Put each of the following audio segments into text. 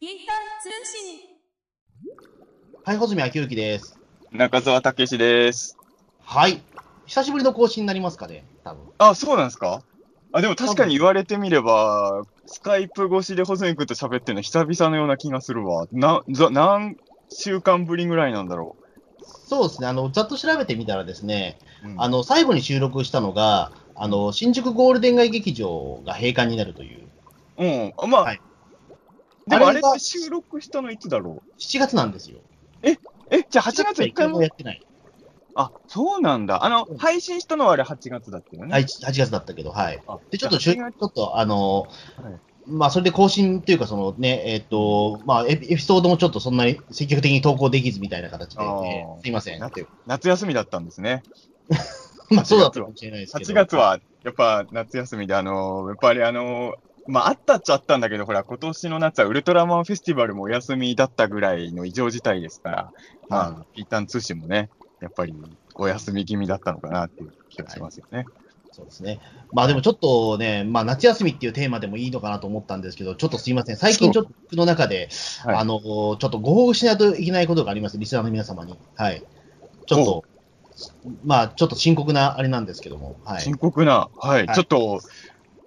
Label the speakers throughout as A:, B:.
A: インター通信
B: はい、穂積明之です。
C: 中澤武史です。
B: はい。久しぶりの更新になりますかね、多分。
C: あ、そうなんですかあ、でも確かに言われてみれば、スカイプ越しでホズミ君と喋ってるの久々のような気がするわ。な、ざ何週間ぶりぐらいなんだろ
B: そうですね、あの、ざっと調べてみたらですね、
C: う。うん
B: あの、最後に収録したのが、あの、新宿ゴールデン街劇場が閉館になるという、
C: うん。あまあ、
B: はい
C: でも
B: あ
C: あ
B: れ
C: れ
B: が
C: って収録したのいつだろ
B: 7月なんですよ。
C: うえ、じゃあ8月1回
B: も
C: も
B: やってない。
C: あ、そうなんだ。あの
B: うん、
C: 配信したのはあれ8月だったよね。
B: はい、8月だったけど、はい。
C: あ
B: で、ちょっと、
C: じ
B: ち
C: ゃ
B: ょ
C: あ8
B: っと、あの、
C: はい
B: まあ、それで更新というか、そのね、えっ、と、まあエピ、エピソードもちょっとそんなに積極的に投稿できずみたいな形で、
C: あー
B: えーすいません。
C: なん
B: ていう
C: 夏休みだったんですね。
B: まあ、そうだったかもしれないですけど。
C: 8月は、やっぱ夏休みで、あのーやっぱりあのーまあ、あったっちゃあったんだけど、ほら、今年の夏はウルトラマンフェスティバルもお休みだったぐらいの異常事態ですから、まあ、一旦通信もね、やっぱりお休み気味だったのかなっていう気がしますよね。
B: そうですね。まあでもちょっとね、まあ夏休みっていうテーマでもいいのかなと思ったんですけど、ちょっとすいません。最近ちょっと僕の中で、
C: はい
B: あの、ちょっとご報告しないといけないことがあります。リスナーの皆様に。はい。ちょっと、まあちょっと深刻なあれなんですけども。はい。
C: 深刻な、はい、
B: はい
C: ちょっと、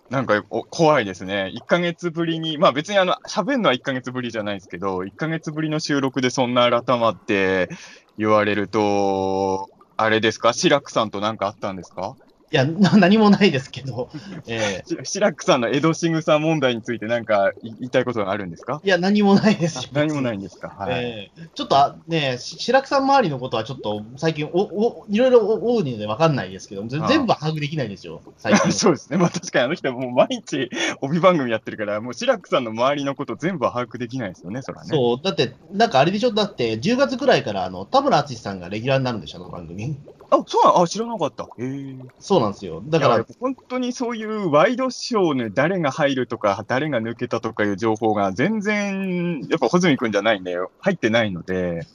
C: なんかお怖いですね。1ヶ月ぶりに、まあ別にあの、喋るのは1ヶ月ぶりじゃないですけど、1ヶ月ぶりの収録でそんな改まって言われると、あれですか志らくさんと何かあったんですか
B: いや、な何もないですけ ど、え
C: し志らくさんの江戸仕草問題について何かい言いたいことがあるんですか
B: ーいや、何もないで
C: あ
B: す。。
C: 何もないいんですかはい。
B: えーちょっとあね、し白くさん周りのことはちょっと最近お、おいろいろ多いので分かんないですけど、ぜ
C: ああ
B: 全部把握できないですよ、最近。
C: そうですね。まあ確かにあの人はもう毎日帯番組やってるから、もう志らくさんの周りのこと全部は把握できないですよね、そらね。
B: そう、だって、なんかあれでしょ、だって10月くらいからあの田村淳さんがレギュラーになるんでしょ、あの番組。
C: あ、そうなんあ、知らなかった。へえ。
B: そうなんですよ。だ
C: だ
B: か
C: からら、本当にそういうワイドショーの誰が入るとか、誰が抜けたとかいう情報が全然、やっぱ穂積君じゃないんだよ。入ってないので、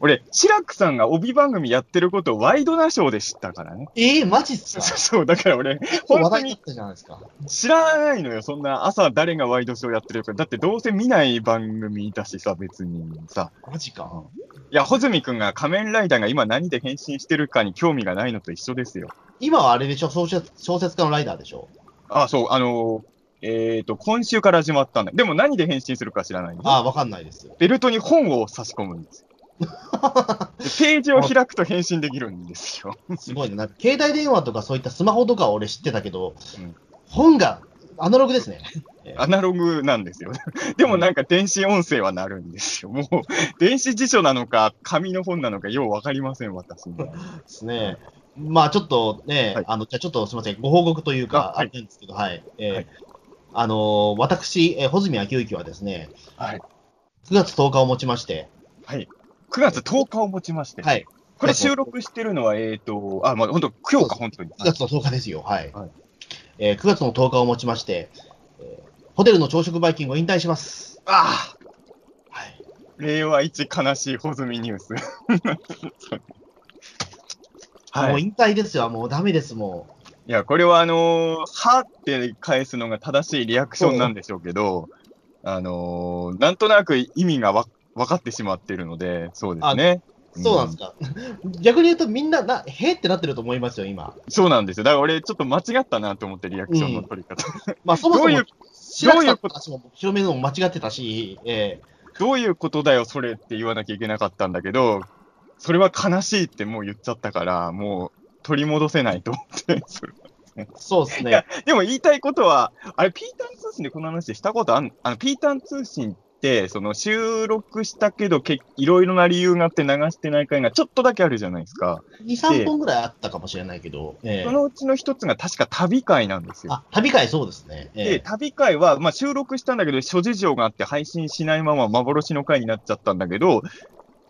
C: 俺、志らくさんが帯番組やってることをワイドナショーで知ったからね。
B: えー、マジっす
C: そう
B: か
C: そう、だから俺、
B: 話
C: 本当
B: 題になっ
C: に
B: たじゃないですか。
C: 知らないのよ、そんな朝誰がワイドショーやってるか。だってどうせ見ない番組だしさ、別にさ。
B: マジか。
C: いや、穂積君が仮面ライダーが今何で変身してるかに興味がないのと一緒ですよ。
B: 今はあれでしょ小説、小説家のライダーでしょ。
C: あ、そう、あのーえっ、と、今週から始まったんだ。でも何で返信するか知らないんだ
B: ああ、わかんないです。
C: ベルトに本を差し込むんですよ。でページを開くと返信できるんですよ。
B: すごいね。なんか携帯電話とかそういったスマホとかは俺知ってたけど、
C: うん
B: 本がアナログですね。
C: アナログなんですよ。 でもなんか電子音声はなるんですよ。もう、電子辞書なのか、紙の本なのか、ようわかりません、私には。
B: ですね。まあちょっとね、
C: はい
B: あのじゃあちょっとすみません、ご報告というか、
C: あ
B: あ
C: はい
B: れなんですけど、はい。えー
C: はい
B: あのー私、えー、穂積昭之はですね、
C: はい。
B: 9月10日をもちまして、
C: はい。9月10日をもちまして、
B: はい、
C: これ収録してるのは、えっ、と、あ、まあ、本当今日か、本当に。
B: 9月の10日ですよ、はい。
C: はい
B: えー9月の10日をもちまして、えーホテルの朝食バイキングを引退します。
C: ああ、
B: はい。
C: 令和一悲しい穂積ニュ ース。は
B: もう
C: い。い
B: 引退ですよ、もうダメです、もう。
C: や、これはあのーはって返すのが正しいリアクションなんでしょうけど、あのーなんとなく意味がわ分かってしまっているので、そうですね。
B: そうなんですか。 逆に言うと、みんな、なへーってなってると思いますよ、今。
C: そうなんですよ。だから俺、ちょっと間違ったなと思って、リアクションの取り方。
B: まあ、そもそ
C: どうい
B: も
C: う、
B: 白木
C: どう
B: さ
C: い
B: ん
C: う
B: の
C: こ
B: 話も広めるのも間違ってたし、え
C: どういうことだよ、それって言わなきゃいけなかったんだけど、それは悲しいってもう言っちゃったから、もう取り戻せないと思って、それ
B: ーそうですね
C: い。や、でも言いたいことは、あれ、ピータン通信でこの話したことあん、あの、ピータン通信って、その収録したけどけ、いろいろな理由があって流してない回がちょっとだけあるじゃないですか。
B: 2、3本ぐらいあったかもしれないけど、ええ
C: そのうちの一つが確か旅会なんですよ。
B: あ旅会そうですね。え
C: で、
B: え
C: 旅会は、まあ、収録したんだけど、諸事情があって配信しないまま幻の回になっちゃったんだけど、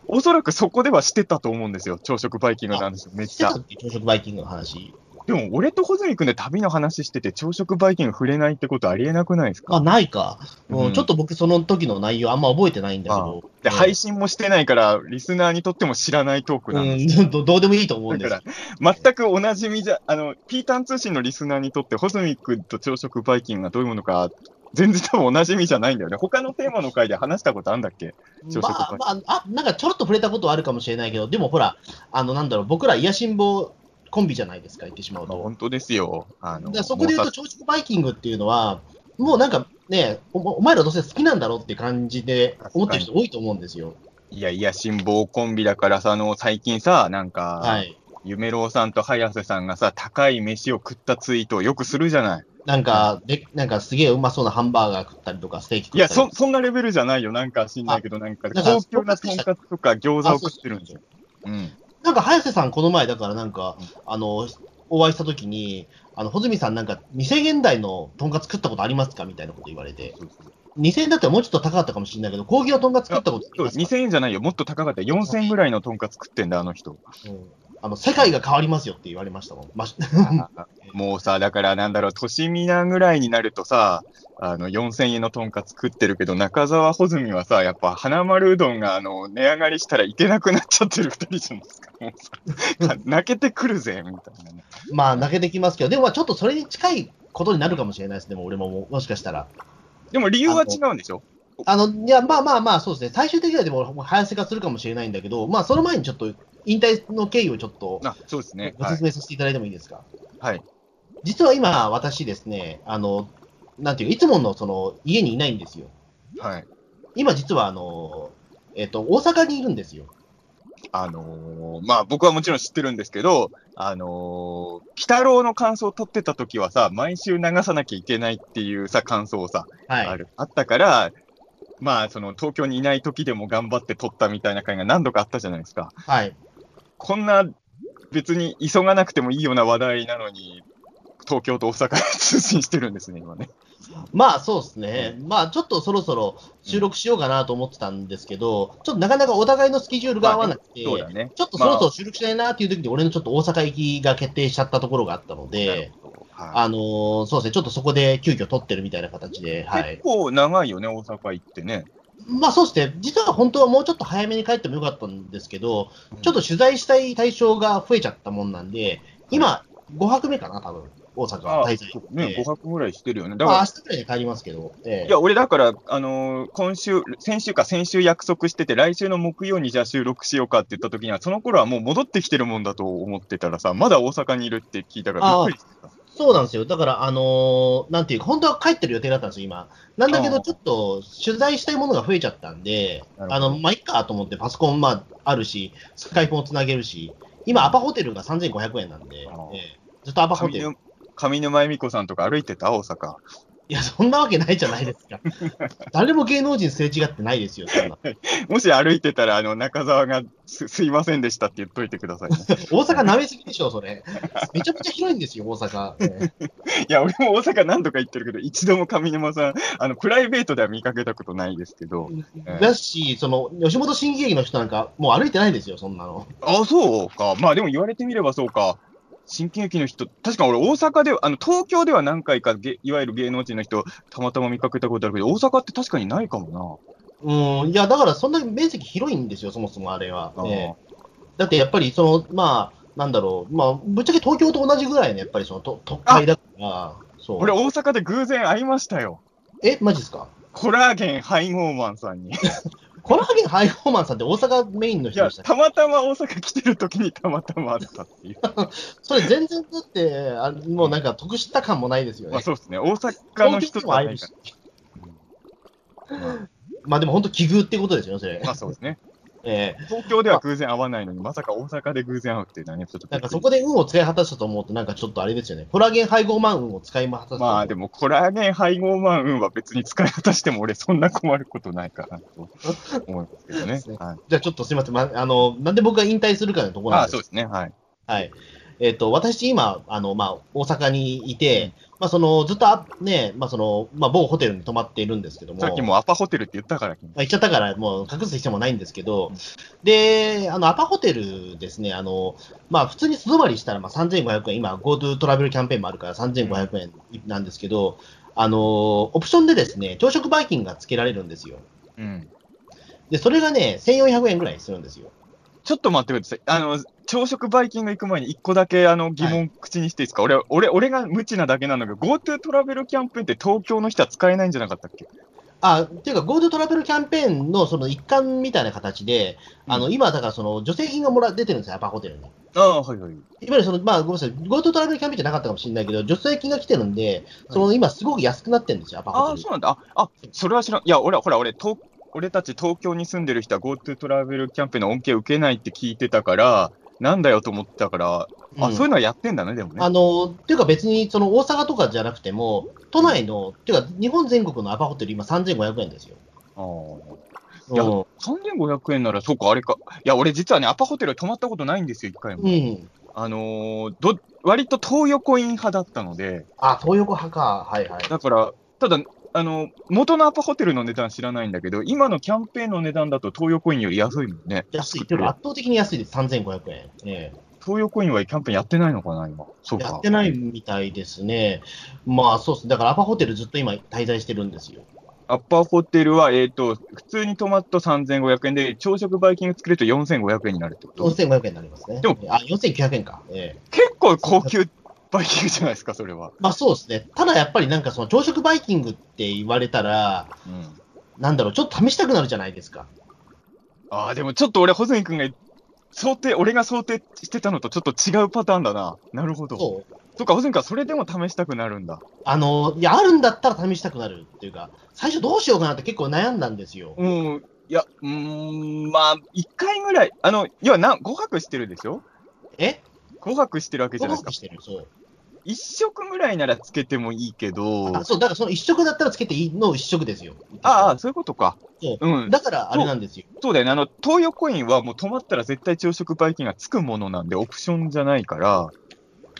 C: おそらくそこではしてたと思うんですよ。朝食バイキングの話をめっ
B: し
C: ち
B: て
C: ゃ
B: た。っけ朝食バイキングの話。
C: でも、俺と穂積君で旅の話してて、朝食バイキング触れないってことありえなくないですか
B: あ、ないか、うん
C: うん
B: ちょっと僕、その時の内容、あんま覚えてないんだけど。ええ
C: で、配信もしてないから、リスナーにとっても知らないトークなんで
B: うん、どど うでもいいと思うんです
C: だ全くおなじみじゃ、あの、ピータン通信のリスナーにとって、ホズミックと朝食バイキングがどういうものか、全然多分おなじみじゃないんだよね。他のテーマの回で話したことあんだっけ朝食
B: まあ、まあ、あ、なんかちょろっと触れたことはあるかもしれないけど、でもほら、あの、なんだろう、僕ら癒しん坊コンビじゃないですか、言ってしまう
C: まあ
B: と。
C: 本当ですよ。あ
B: だ
C: の
B: からそこで言うと、朝
C: も
B: 食バイキングっていうのは、もうなんかね、おお前らどうせ好きなんだろうって感じで思ってる人多いと思うんですよ。
C: いやいや、辛抱コンビだからさ、あの、最近さ、なんか、
B: はい。
C: 夢郎さんと早瀬さんがさ、高い飯を食ったツイートをよくするじゃない。
B: なんか、でなんかすげえうまそうなハンバーガー食ったりとか、ステーキ食
C: い
B: った
C: や、
B: り
C: そ、そんなレベルじゃないよ。なんか知んないけど、なんか、
B: だから
C: 高級なとんかつとか餃子を食ってるんだよ。うん。
B: なんか、早瀬さん、この前、だからなんか
C: うん、
B: あの、お会いしたときに、あの、穂積さんなんか、2000円台のとんかつ食ったことありますかみたいなこと言われて、
C: そうそう
B: 2000円だったらもうちょっと高かったかもしれないけど、高級なとんかつ食ったことあり
C: そう
B: ますか
C: 2000円じゃないよ。もっと高かった。4000円ぐらいのとんかつ食ってんだ、あの人。
B: うんあの、世界が変わりますよって言われましたもん。まし
C: もうさ、だからなんだろう、としみなぐらいになるとさ、あの、4000円のとんかつ食ってるけど、中澤穂積はさ、やっぱ花丸うどんが、あの、値上がりしたらいけなくなっちゃってる二人じゃないですか。もうさ泣けてくるぜ、みたいなね。
B: まあ、泣けてきますけど、でもまあ、ちょっとそれに近いことになるかもしれないですね、でも俺ももう、もしかしたら。
C: でも理由は違うんでしょ
B: あの、いや、まあまあまあ、そうですね。最終的にはでも、もう早瀬化するかもしれないんだけど、まあ、その前にちょっと、引退の経緯をちょっと、
C: あ、そうですね。
B: ご
C: はい
B: 説明させていただいてもいいですか
C: はい。
B: 実は今、私ですね、あの、なんていうか、いつものその家にいないんですよ。
C: はい。
B: 今、実はあの、えっと、大阪にいるんですよ。
C: あのーまあ僕はもちろん知ってるんですけど、あのー、北郎の感想を取ってた時はさ、毎週流さなきゃいけないっていうさ、感想をさ、あ
B: はい。
C: るあったから、まあその東京にいない時でも頑張って撮ったみたいな回が何度かあったじゃないですか。
B: はい。
C: こんな別に急がなくてもいいような話題なのに、東京と大阪で通信してるんですね、今ね。
B: まあ、そうですね。まあ、ちょっとそろそろ収録しようかなと思ってたんですけど、ちょっとなかなかお互いのスケジュールが合わなくて、
C: そうだね。
B: ちょっとそろそろ収録しないなっていう時に、俺のちょっと大阪行きが決定しちゃったところがあったの
C: なる
B: で、
C: ほどは
B: あのーそうですね、ちょっとそこで急遽撮ってるみたいな形で、はいい
C: 結。構長いよね、大阪行ってね。
B: まあそうですね、実は本当はもうちょっと早めに帰ってもよかったんですけど、ちょっと取材したい対象が増えちゃったもんなんで、今、5泊目かな、多分大阪
C: あ
B: 滞在。
C: ね、
B: え
C: 5
B: ー
C: 泊ぐらいしてるよね。だ
B: まあ
C: か
B: 明日くらいに帰りますけど、え
C: ら、
B: え
C: いや、俺だから、あのー今週、先週か先週約束してて、来週の木曜にじゃあ収録しようかって言った時には、その頃はもう戻ってきてるもんだと思ってたらさ、まだ大阪にいるって聞いたからびっくりしてた。
B: そうなんですよ、だから、あのーなんていうか、本当は帰ってる予定だったんですよ、今。なんだけ
C: あ
B: ど、
C: あ
B: ちょっと取材したいものが増えちゃったんで、
C: なる
B: あ
C: ほど
B: のまあ、いっかと思って、パソコン、まあ、あるし、スカイフもつなげるし、今、アパホテルが3500円なんで、
C: ああ
B: ええずっとアパホテ
C: 上
B: ル。
C: 沼上沼恵美子さんとか歩いてた大阪。
B: いや、そんなわけないじゃないです か。誰も芸能人すれ違ってないですよ、そんな。
C: もし歩いてたら、あの、中澤がすすいませんでしたって言っといてくださいね。
B: 大阪舐めすぎでしょ、それ。めちゃめちゃ広いんですよ、大阪。ええ
C: いや、俺も大阪何度か行ってるけど、一度も上沼さん、あの、プライベートでは見かけたことないですけど。え
B: だし、その、吉本新喜劇の人なんか、もう歩いてないですよ、そんなの。
C: あ、そうか。まあでも言われてみればそうか。新喜劇の人、確か俺大阪では、あの、東京では何回かげ、いわゆる芸能人の人、たまたま見かけたことあるけど、大阪って確かにないかも
B: うん、いや、だから、そんなに面積広いんですよ、そもそもあれは。
C: な。
B: ええだって、やっぱり、その、まあ、なんだろう、まあ、ぶっちゃけ東京と同じぐらいね、やっぱり、その、と都会だから、そ
C: 俺
B: う。
C: 大阪で偶然会いましたよ。
B: え、マジですか
C: コラーゲン配合マンさんに。い
B: コラーゲンハイホーマンさんって大阪メインの人
C: や、
B: でしたっけ
C: たまたま大阪来てる時にたまたま会ったって いう。
B: それ全然だって、あもうなんか得した感もないですよね。
C: まあそうですね。大阪の
B: 東京に
C: 人じ
B: も
C: ゃ
B: 会え
C: な
B: る
C: い
B: し
C: か。ら。まあ
B: まあでも本当奇遇ってことですよね、それ。
C: まあそうですね。
B: ええ
C: 東京では偶然会わないのに、まさか大阪で偶然会うっていうのはね、ちょっとび
B: なん
C: っく
B: か
C: り
B: そこで運を使い果たしたと思うと、なんかちょっとあれですよね。コラーゲン配合マン運を使い果たしたと思う。
C: まあでも、コラーゲン配合マン運は別に使い果たしても俺そんな困ることないか なと思いますけど
B: そ
C: ね
B: うですね。
C: はい、
B: じゃあちょっとすみません。まあの、なんで僕が引退するかのところな
C: あ
B: ん
C: あ、
B: です
C: そうですね。はい。
B: はい。えっ、と、私今、あの、まあ、大阪にいて、まあ、その、ずっとあ、ね、まあ、その、まあ、某ホテルに泊まっているんですけども。
C: さっきもアパホテルって言ったから、君
B: まあ、行っちゃったから、もう隠す必要もないんですけど
C: うん、
B: で、あの、アパホテルですね、あの、まあ、普通に素泊まりしたら、まあ、3500円、今、GoTo トラベルキャンペーンもあるから、3500円なんですけど、あの、オプションでですね、朝食バイキングが付けられるんですよ。
C: うん。
B: で、それがね、1400円ぐらいするんですよ。
C: ちょっと待ってください。あの、朝食バイキング行く前に一個だけあの疑問口にしていいですか、俺、俺、俺が無知なだけなんだけど、GoTo トラベルキャンペーンって東京の人は使えないんじゃなかったっけ
B: あっていうか、GoTo トラベルキャンペーンのその一環みたいな形で、
C: うん
B: あの今、だからその助成金がもら出てるんですよ、アパホテルに。
C: ああ、はいはい。
B: いわゆるその、まあ、ごめんなさい、GoTo トラベルキャンペーンじゃなかったかもしれないけど、助成金が来てるんで、その今、すごく安くなってるんですよ、アパ
C: あ
B: ホ
C: あ、
B: テ
C: そ
B: ル。
C: うなんだ。あ、あそれは知らん。いや、俺は、ほら、俺、東俺たち東京に住んでる人は GoTo トラベルキャンペーンの恩恵受けないって聞いてたから、なんだよと思ってたから、あ、
B: うん
C: そういうのはやってんだね、でもね。
B: あのっていうか別にその大阪とかじゃなくても、都内の、っていうか日本全国のアパホテル、今3500円ですよ。
C: あーいや
B: う
C: 3500円なら、そうか、あれか。いや、俺実はね、アパホテル泊まったことないんですよ、一回
B: ん。う
C: も。
B: ん、
C: あのーど、割と東横イン派だったので、
B: あ、東横派か。はいはい。
C: だから、ただ、あの、元のアパホテルの値段知らないんだけど、今のキャンペーンの値段だと東横インより安いもんね。
B: 安い。っていうか圧倒的に安いです、3500円。ええ
C: 東横インはキャンペーンやってないのかな、今。そうか。
B: やってないみたいですね。まあそうですね。だからアパホテルずっと今滞在してるんですよ。
C: アッパーホテルは、えっ、と、普通に泊まると3500円で、朝食バイキング作ると4500円になるってこと
B: 4500円になりますね。
C: でも
B: あ、4900円か。ええ
C: 結構高級バイキングじゃないですか、それは。
B: まあそうですね。ただやっぱりなんかその朝食バイキングって言われたら、
C: うん。
B: なんだろう、ちょっと試したくなるじゃないですか。
C: ああ、でもちょっと俺、ホズミ君が想定、俺が想定してたのとちょっと違うパターンだな。なるほど。
B: そう。
C: そっか、ホズミ君はそれでも試したくなるんだ。
B: あの、いや、あるんだったら試したくなるっていうか、最初どうしようかなって結構悩んだんですよ。
C: うん。いや、うーん、まあ、1回ぐらい、あの、要はな、5泊してるでしょ
B: え
C: ?5 泊してるわけじ
B: ご
C: ゃない
B: ま
C: です
B: く。
C: か
B: してる。そう。
C: 1食ぐらいならつけてもいいけど、
B: あそう、だからその一食だったらつけていいの一食ですよ。
C: ああ、そういうことか。
B: そう
C: うん。
B: だからあれなんですよ。
C: そうだよね。あの、東横インはもう泊まったら絶対朝食バイキングがつくものなんで、オプションじゃないから、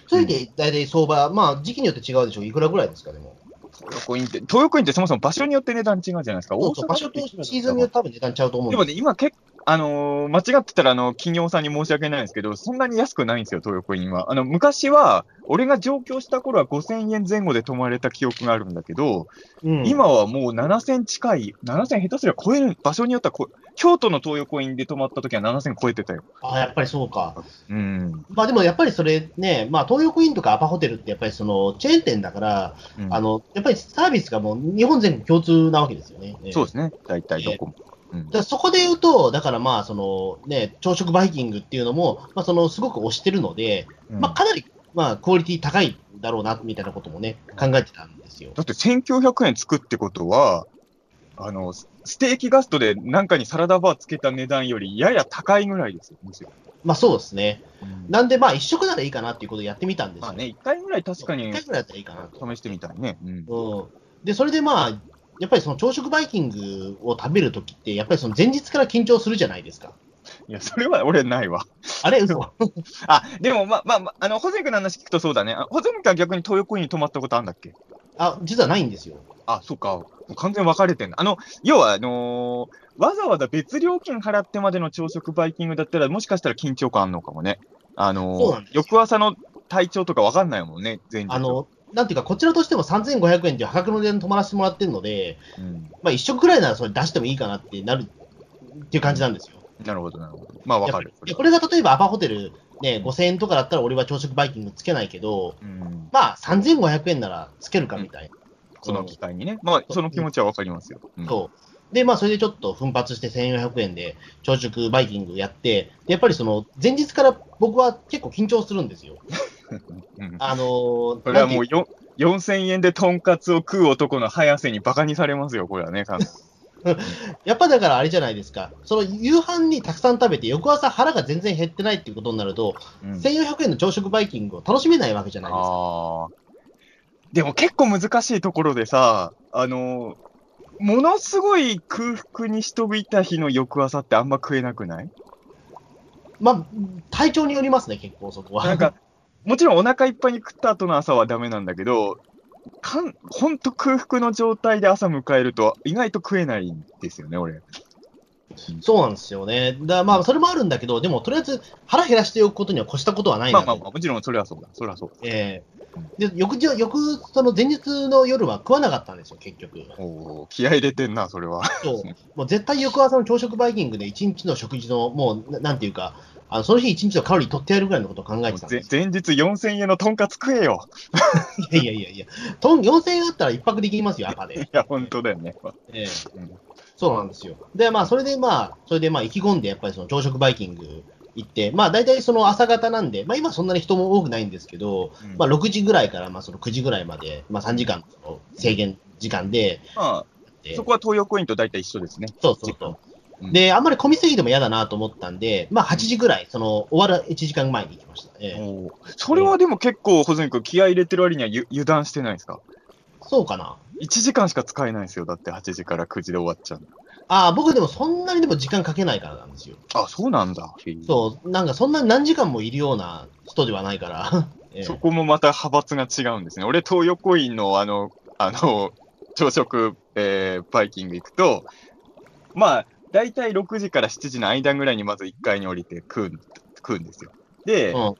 B: それで大体相場、まあ時期によって違うでしょう。いくらぐらいですか、でも。
C: 東横インって、東横インってそもそも場所によって値段違うじゃないですか。
B: そうそう場所とシーズンによって多分値段ちゃうと思うん
C: で
B: で
C: も
B: す
C: ね、今結構、あのー間違ってたら、あの、企業さんに申し訳ないんですけど、そんなに安くないんですよ、東横インは。あの、昔は、俺が上京した頃は5000円前後で泊まれた記憶があるんだけど、
B: うん
C: 今はもう7000近い、7000下手すりゃ超える、場所によってはこ京都の東横インで泊まった時は7000超えてたよ。
B: あやっぱりそうか。
C: うん。
B: まあでもやっぱりそれね、まあ東横インとかアパホテルってやっぱりそのチェーン店だから、
C: うん
B: あの、やっぱりサービスがもう日本全国共通なわけですよね。
C: そう
B: す。
C: ですね、大体どこも。うん
B: だからそこで言うと、だからまあそのね、朝食バイキングっていうのも、まあそのすごく推してるので、
C: うん
B: まあかなりまあクオリティ高いだろうな、みたいなこともね、考えてたんですよ。
C: だって1900円つくってことは、あの、スステーキガストでなんかにサラダバーつけた値段よりやや高いぐらいですよ、むしろ。
B: まあそうですね。
C: な
B: なんでまあ一食ならいいかなっていうことでやってみたんです
C: ま
B: よ。
C: あね、1回ぐらい確か
B: 一
C: に
B: 回ぐらいだったらいいかなと。
C: 試してみたいね。うん
B: うん、でそれでまあ、やっぱりその朝食バイキングを食べるときって、やっぱりその前日から緊張するじゃないですか。
C: いや、それは俺ないわ。
B: あれ、嘘
C: あ、でも、まあまあまあ、あの、ホゼミ君の話聞くとそうだね。あホゼミ君は逆に東横インに泊まったことあるんだっけ
B: あ実はないんですよ。
C: あ、そうか。完全に分かれてんだ。あの、要は、あのーわざわざ別料金払ってまでの朝食バイキングだったら、もしかしたら緊張感あんのかもね。あのー
B: そうなんですよ
C: 翌朝の体調とか分かんないもんね、前日。
B: あ、のなんていうか、こちらとしても3500円という破格の値段で泊まらせてもらってるので、
C: うん、
B: まあ、一食ぐらいならそれ出してもいいかなってなるっていう感じなんですよ。
C: なるほど、なるほど。まあ、分かる。
B: いやこれが例えばアパホテル、ね、5000円とかだったら俺は朝食バイキングつけないけど、
C: うん、
B: まあ3500円ならつけるかみたいな。
C: この機会にね。まあ、その気持ちは分かりますよ。うん
B: そう。で、まあ、それでちょっと奮発して1400円で朝食バイキングやって、でやっぱりその前日から僕は結構緊張するんですよ。
C: うん
B: あのー、
C: これはも
B: なん
C: う
B: てい
C: よ4000円でとんかつを食う男の早瀬にバカにされますよ、これはね、完全に
B: やっぱだからあれじゃないですか、その夕飯にたくさん食べて、翌朝腹が全然減ってないっていうことになると、
C: うん
B: 1400円の朝食バイキングを楽しめないわけじゃないですか。
C: ああ。でも結構難しいところでさ、あの、ものすごい空腹にしとびた日の翌朝ってあんま食えなくない
B: まあ、体調によりますね、結構そこは。
C: なんか、もちろんお腹いっぱいに食った後の朝はダメなんだけど、かんほんと空腹の状態で朝迎えると意外と食えないんですよね、俺。
B: そうなんですよね。だまあ、それもあるんだけど、でも、とりあえず腹減らしておくことには越したことはない
C: ま
B: な
C: あ
B: と。
C: まあまあ、もちろんそれはそうだ。それはそうだ。
B: ええで、翌日、翌、その前日の夜は食わなかったんですよ、結局。
C: おお気合い入れてんな、それは。
B: そう。もう絶対翌朝の朝食バイキングで一日の食事の、もう、ななんていうか、あのその日一日のカロリー取ってやるぐらいのことを考えてたん
C: ぜ
B: ですよ。
C: 前日4000円のとんかつ食えよ。
B: いやいやいやいや、とん4000円あったら一泊できますよ、赤で
C: い。や、本当だよね。
B: ええ
C: うん
B: そうなんですよ。で、まあ、それでまあ、それでまあ、意気込んで、やっぱりその朝食バイキング行って、まあ、大体その朝方なんで、まあ、今そんなに人も多くないんですけど、まあ、6時ぐらいからまあ、その9時ぐらいまで、まあ、3時間の制限時間で、
C: まあ、
B: で
C: そこは東洋コインと大体一緒ですね。
B: そうそう
C: 時間
B: そう。
C: うん
B: で、あんまり混みすぎても嫌だなと思ったんで、まあ8時ぐらい、その終わる1時間前に行きました。ええ
C: おーそれはでも結構、保存君、気合い入れてる割にはゆ油断してないですか
B: そうかな。
C: ?1 時間しか使えないですよ。だって8時から9時で終わっちゃうんだ。
B: ああ、僕でもそんなにでも時間かけないからなんですよ。
C: あ、そうなんだ。
B: そう、なんかそんなに何時間もいるような人ではないから。 ええ
C: そこもまた派閥が違うんですね。俺、東横インのあの、あの、朝食、えーバイキング行くと、まあ、大体6時から7時の間ぐらいにまず1階に降りて食うん食うんですよ。で、
B: うん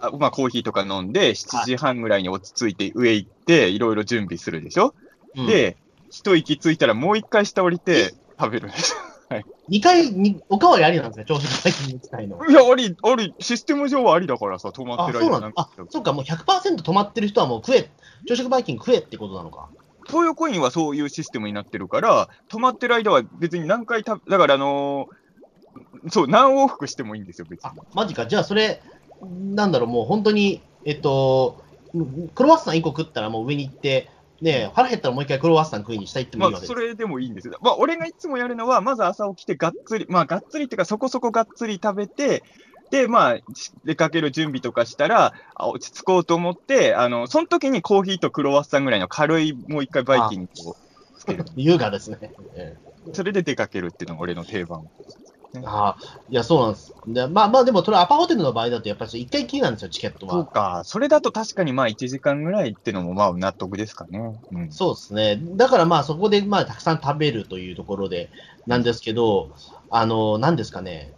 C: あまあ、コーヒーとか飲んで、7時半ぐらいに落ち着いて上行って、いろいろ準備するでしょ、
B: うん、
C: で、一息ついたらもう1回下降りて食べるんですよ。
B: 2回に、おかわりありなんですね、朝食最近に行きたいの。
C: いや、あり、あり、システム上はありだからさ、止まっ
B: あ
C: てる
B: そう
C: 間
B: な
C: なんん
B: だ。あ
C: か。、
B: そうか、もう100%止まってる人はもう食え、朝食バイキング食えってことなのか。
C: 東横インはそういうシステムになってるから、止まってる間は別に何回た、だからあのーそう、何往復してもいいんですよ、別に
B: あ。、マジか。じゃあそれ、なんだろう、もう本当に、えっと、クロワッサン1個食ったらもう上に行って、ねえ、腹減ったらもう一回クロワッサン食いに下行っても
C: ま
B: いいわ
C: あ、
B: けで
C: そ
B: す。
C: れでもいいんですよ。まあ、俺がいつもやるのは、まず朝起きてがっつり、まあ、がっつりっていうか、そこそこがっつり食べて、で、まあ、し出かける準備とかしたら、あ落ち着こうと思って、あの、その時にコーヒーとクロワッサンぐらいの軽い、もう一回バイキングをつ ける。
B: 優雅ですね。ええ
C: それで出かけるっていうのが俺の定番。
B: ああ、いや、そうなんです。でまあまあ、でも、それアパホテルの場合だと、やっぱり一回きりなんですよ、チケット
C: そう
B: は。
C: か。それだと確かにまあ1時間ぐらいっていうのもまあ納得ですかね。うん。
B: そうですね。だからまあ、そこで、まあ、たくさん食べるというところで、なんですけど、あの、なんですかね。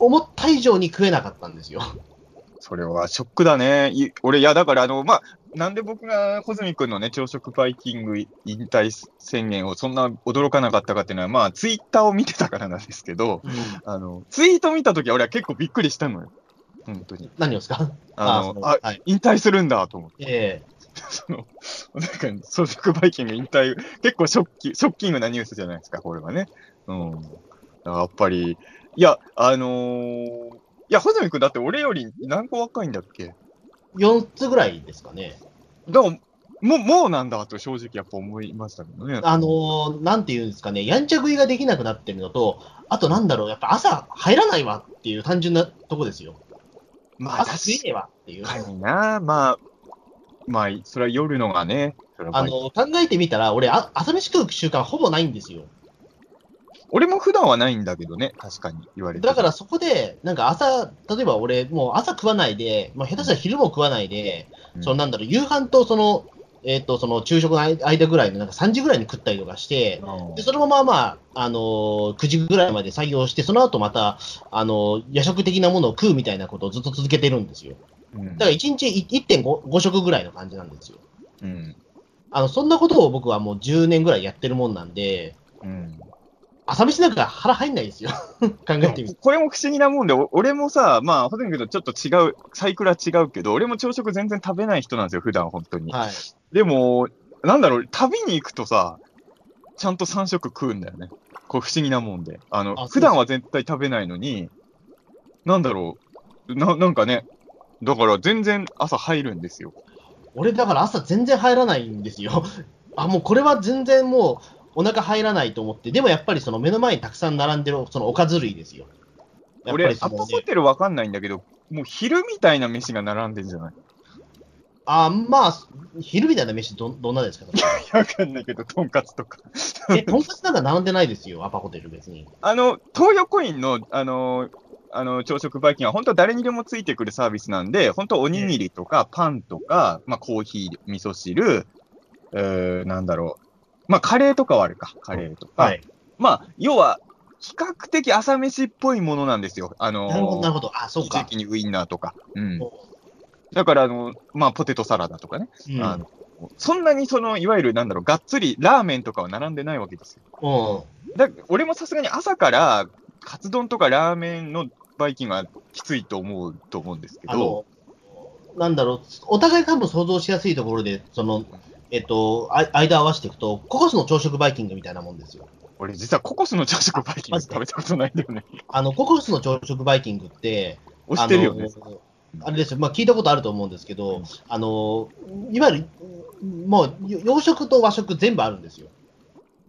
B: 思った以上に食えなかったんですよ。
C: それはショックだね。い俺、いや、だから、あの、まあ、なんで僕が穂積君のね、朝食バイキング引退宣言をそんな驚かなかったかっていうのは、まあ、ツイッターを見てたからなんですけど、あの、ツイート見たときは俺は結構びっくりしたのよ。本当に。
B: 何をですか
C: あ
B: そ
C: の、
B: の
C: あ、
B: はい。
C: 引退するんだと思って。
B: え
C: その、なんか、朝食バイキング引退、結構ショッキ、ショッキングなニュースじゃないですか、これはね。うん。やっぱり、いや、あのーいや、穂積君だって俺より何個若いんだっけ
B: え4つぐらいですかね。
C: だから、もう、もうなんだと正直やっぱ思いましたけどね。
B: あのーなんていうんですかね、やんちゃ食いができなくなってるのと、あとなんだろう、やっぱ朝入らないわっていう単純なとこですよ。
C: まあ、
B: 朝
C: 確
B: 食いねえわっていう。
C: かにな、まあ、まあ、それは夜のがね、それはま
B: あ
C: あ
B: の考えてみたら、俺あ、朝飯食う習慣ほぼないんですよ。
C: 俺も普段はないんだけどね、確かに言われて。
B: だから、そこで、なんか朝、例えば俺、もう朝食わないで、まあ、下手したら昼も食わないで、
C: うん
B: そのなんだろう、夕飯とその、えっ、と、その昼食の間ぐらいの、なんか3時ぐらいに食ったりとかして、
C: うん
B: でそのまま、まああのー9時ぐらいまで採用して、その後また、あのー夜食的なものを食うみたいなことをずっと続けてるんですよ。
C: うん
B: だから1日い1.5 5食ぐらいの感じなんですよ。
C: うん。
B: あのそんなことを僕はもう10年ぐらいやってるもんなんで、
C: うん。
B: 朝飯なんか腹入んないですよ、 考えてみる
C: これも不思議なもんで、お俺もさ、まあ、ホテルとちょっと違う、サイクルは違うけど、俺も朝食全然食べない人なんですよ、普段本当に。
B: と。はい、
C: でも、なんだろう、旅に行くとさ、ちゃんと3食食うんだよね。これ不思議なもんで。あの、
B: あ
C: 普段は絶対食べないのに、なんだろう、な、なんかね、だから全然朝入るんですよ。
B: 俺、だから朝全然入らないんですよ。 あもうこれは全然もうお腹入らないと思って、でもやっぱりその目の前にたくさん並んでるそのおかず類ですよ。やっぱ
C: 俺、ア
B: りそ
C: パ
B: の、
C: ホ
B: ね、
C: テルわかんないんだけど、もう昼みたいな飯が並んでんじゃない
B: あまあ、昼みたいな飯ど、どんなですか、
C: わかんないけど、とんかつとか。
B: え、とんかつなんか並んでないですよ、アパホテル別に。
C: あの、東横インの、あの、あの、朝食バイキングは本当誰にでもついてくるサービスなんで、本当おにぎりとかパンとか、まあコーヒー、味噌汁、えー、なんだろう。まあカレーとかはあるか、カレーとか。
B: はい。
C: まあ、要は、比較的朝飯っぽいものなんですよ。あの
B: なるほど、なるほど。あ、そう
C: 一時
B: か。
C: 期にウインナーとか。うん
B: お。
C: だから、あの、まあ、ポテトサラダとかね。
B: うん。
C: あのそんなに、その、いわゆる、なんだろう、がっつり、ラーメンとかは並んでないわけですよ。
B: うん
C: だ俺もさすがに朝から、カツ丼とかラーメンのバイキングはきついと思うと思うんですけ
B: あ
C: ど、
B: の、なんだろう、お互い多分想像しやすいところで、その、えっと、あ間合わせていくと、ココスの朝食バイキングみたいなもんですよ。
C: 俺実はココスの朝食バイキング食べたことないんだよね。
B: あの、ココスの朝食バイキングって、
C: 押してるよね。
B: あのあれですよ、まあ、聞いたことあると思うんですけど、あのいわゆるもう洋食と和食全部あるんですよ。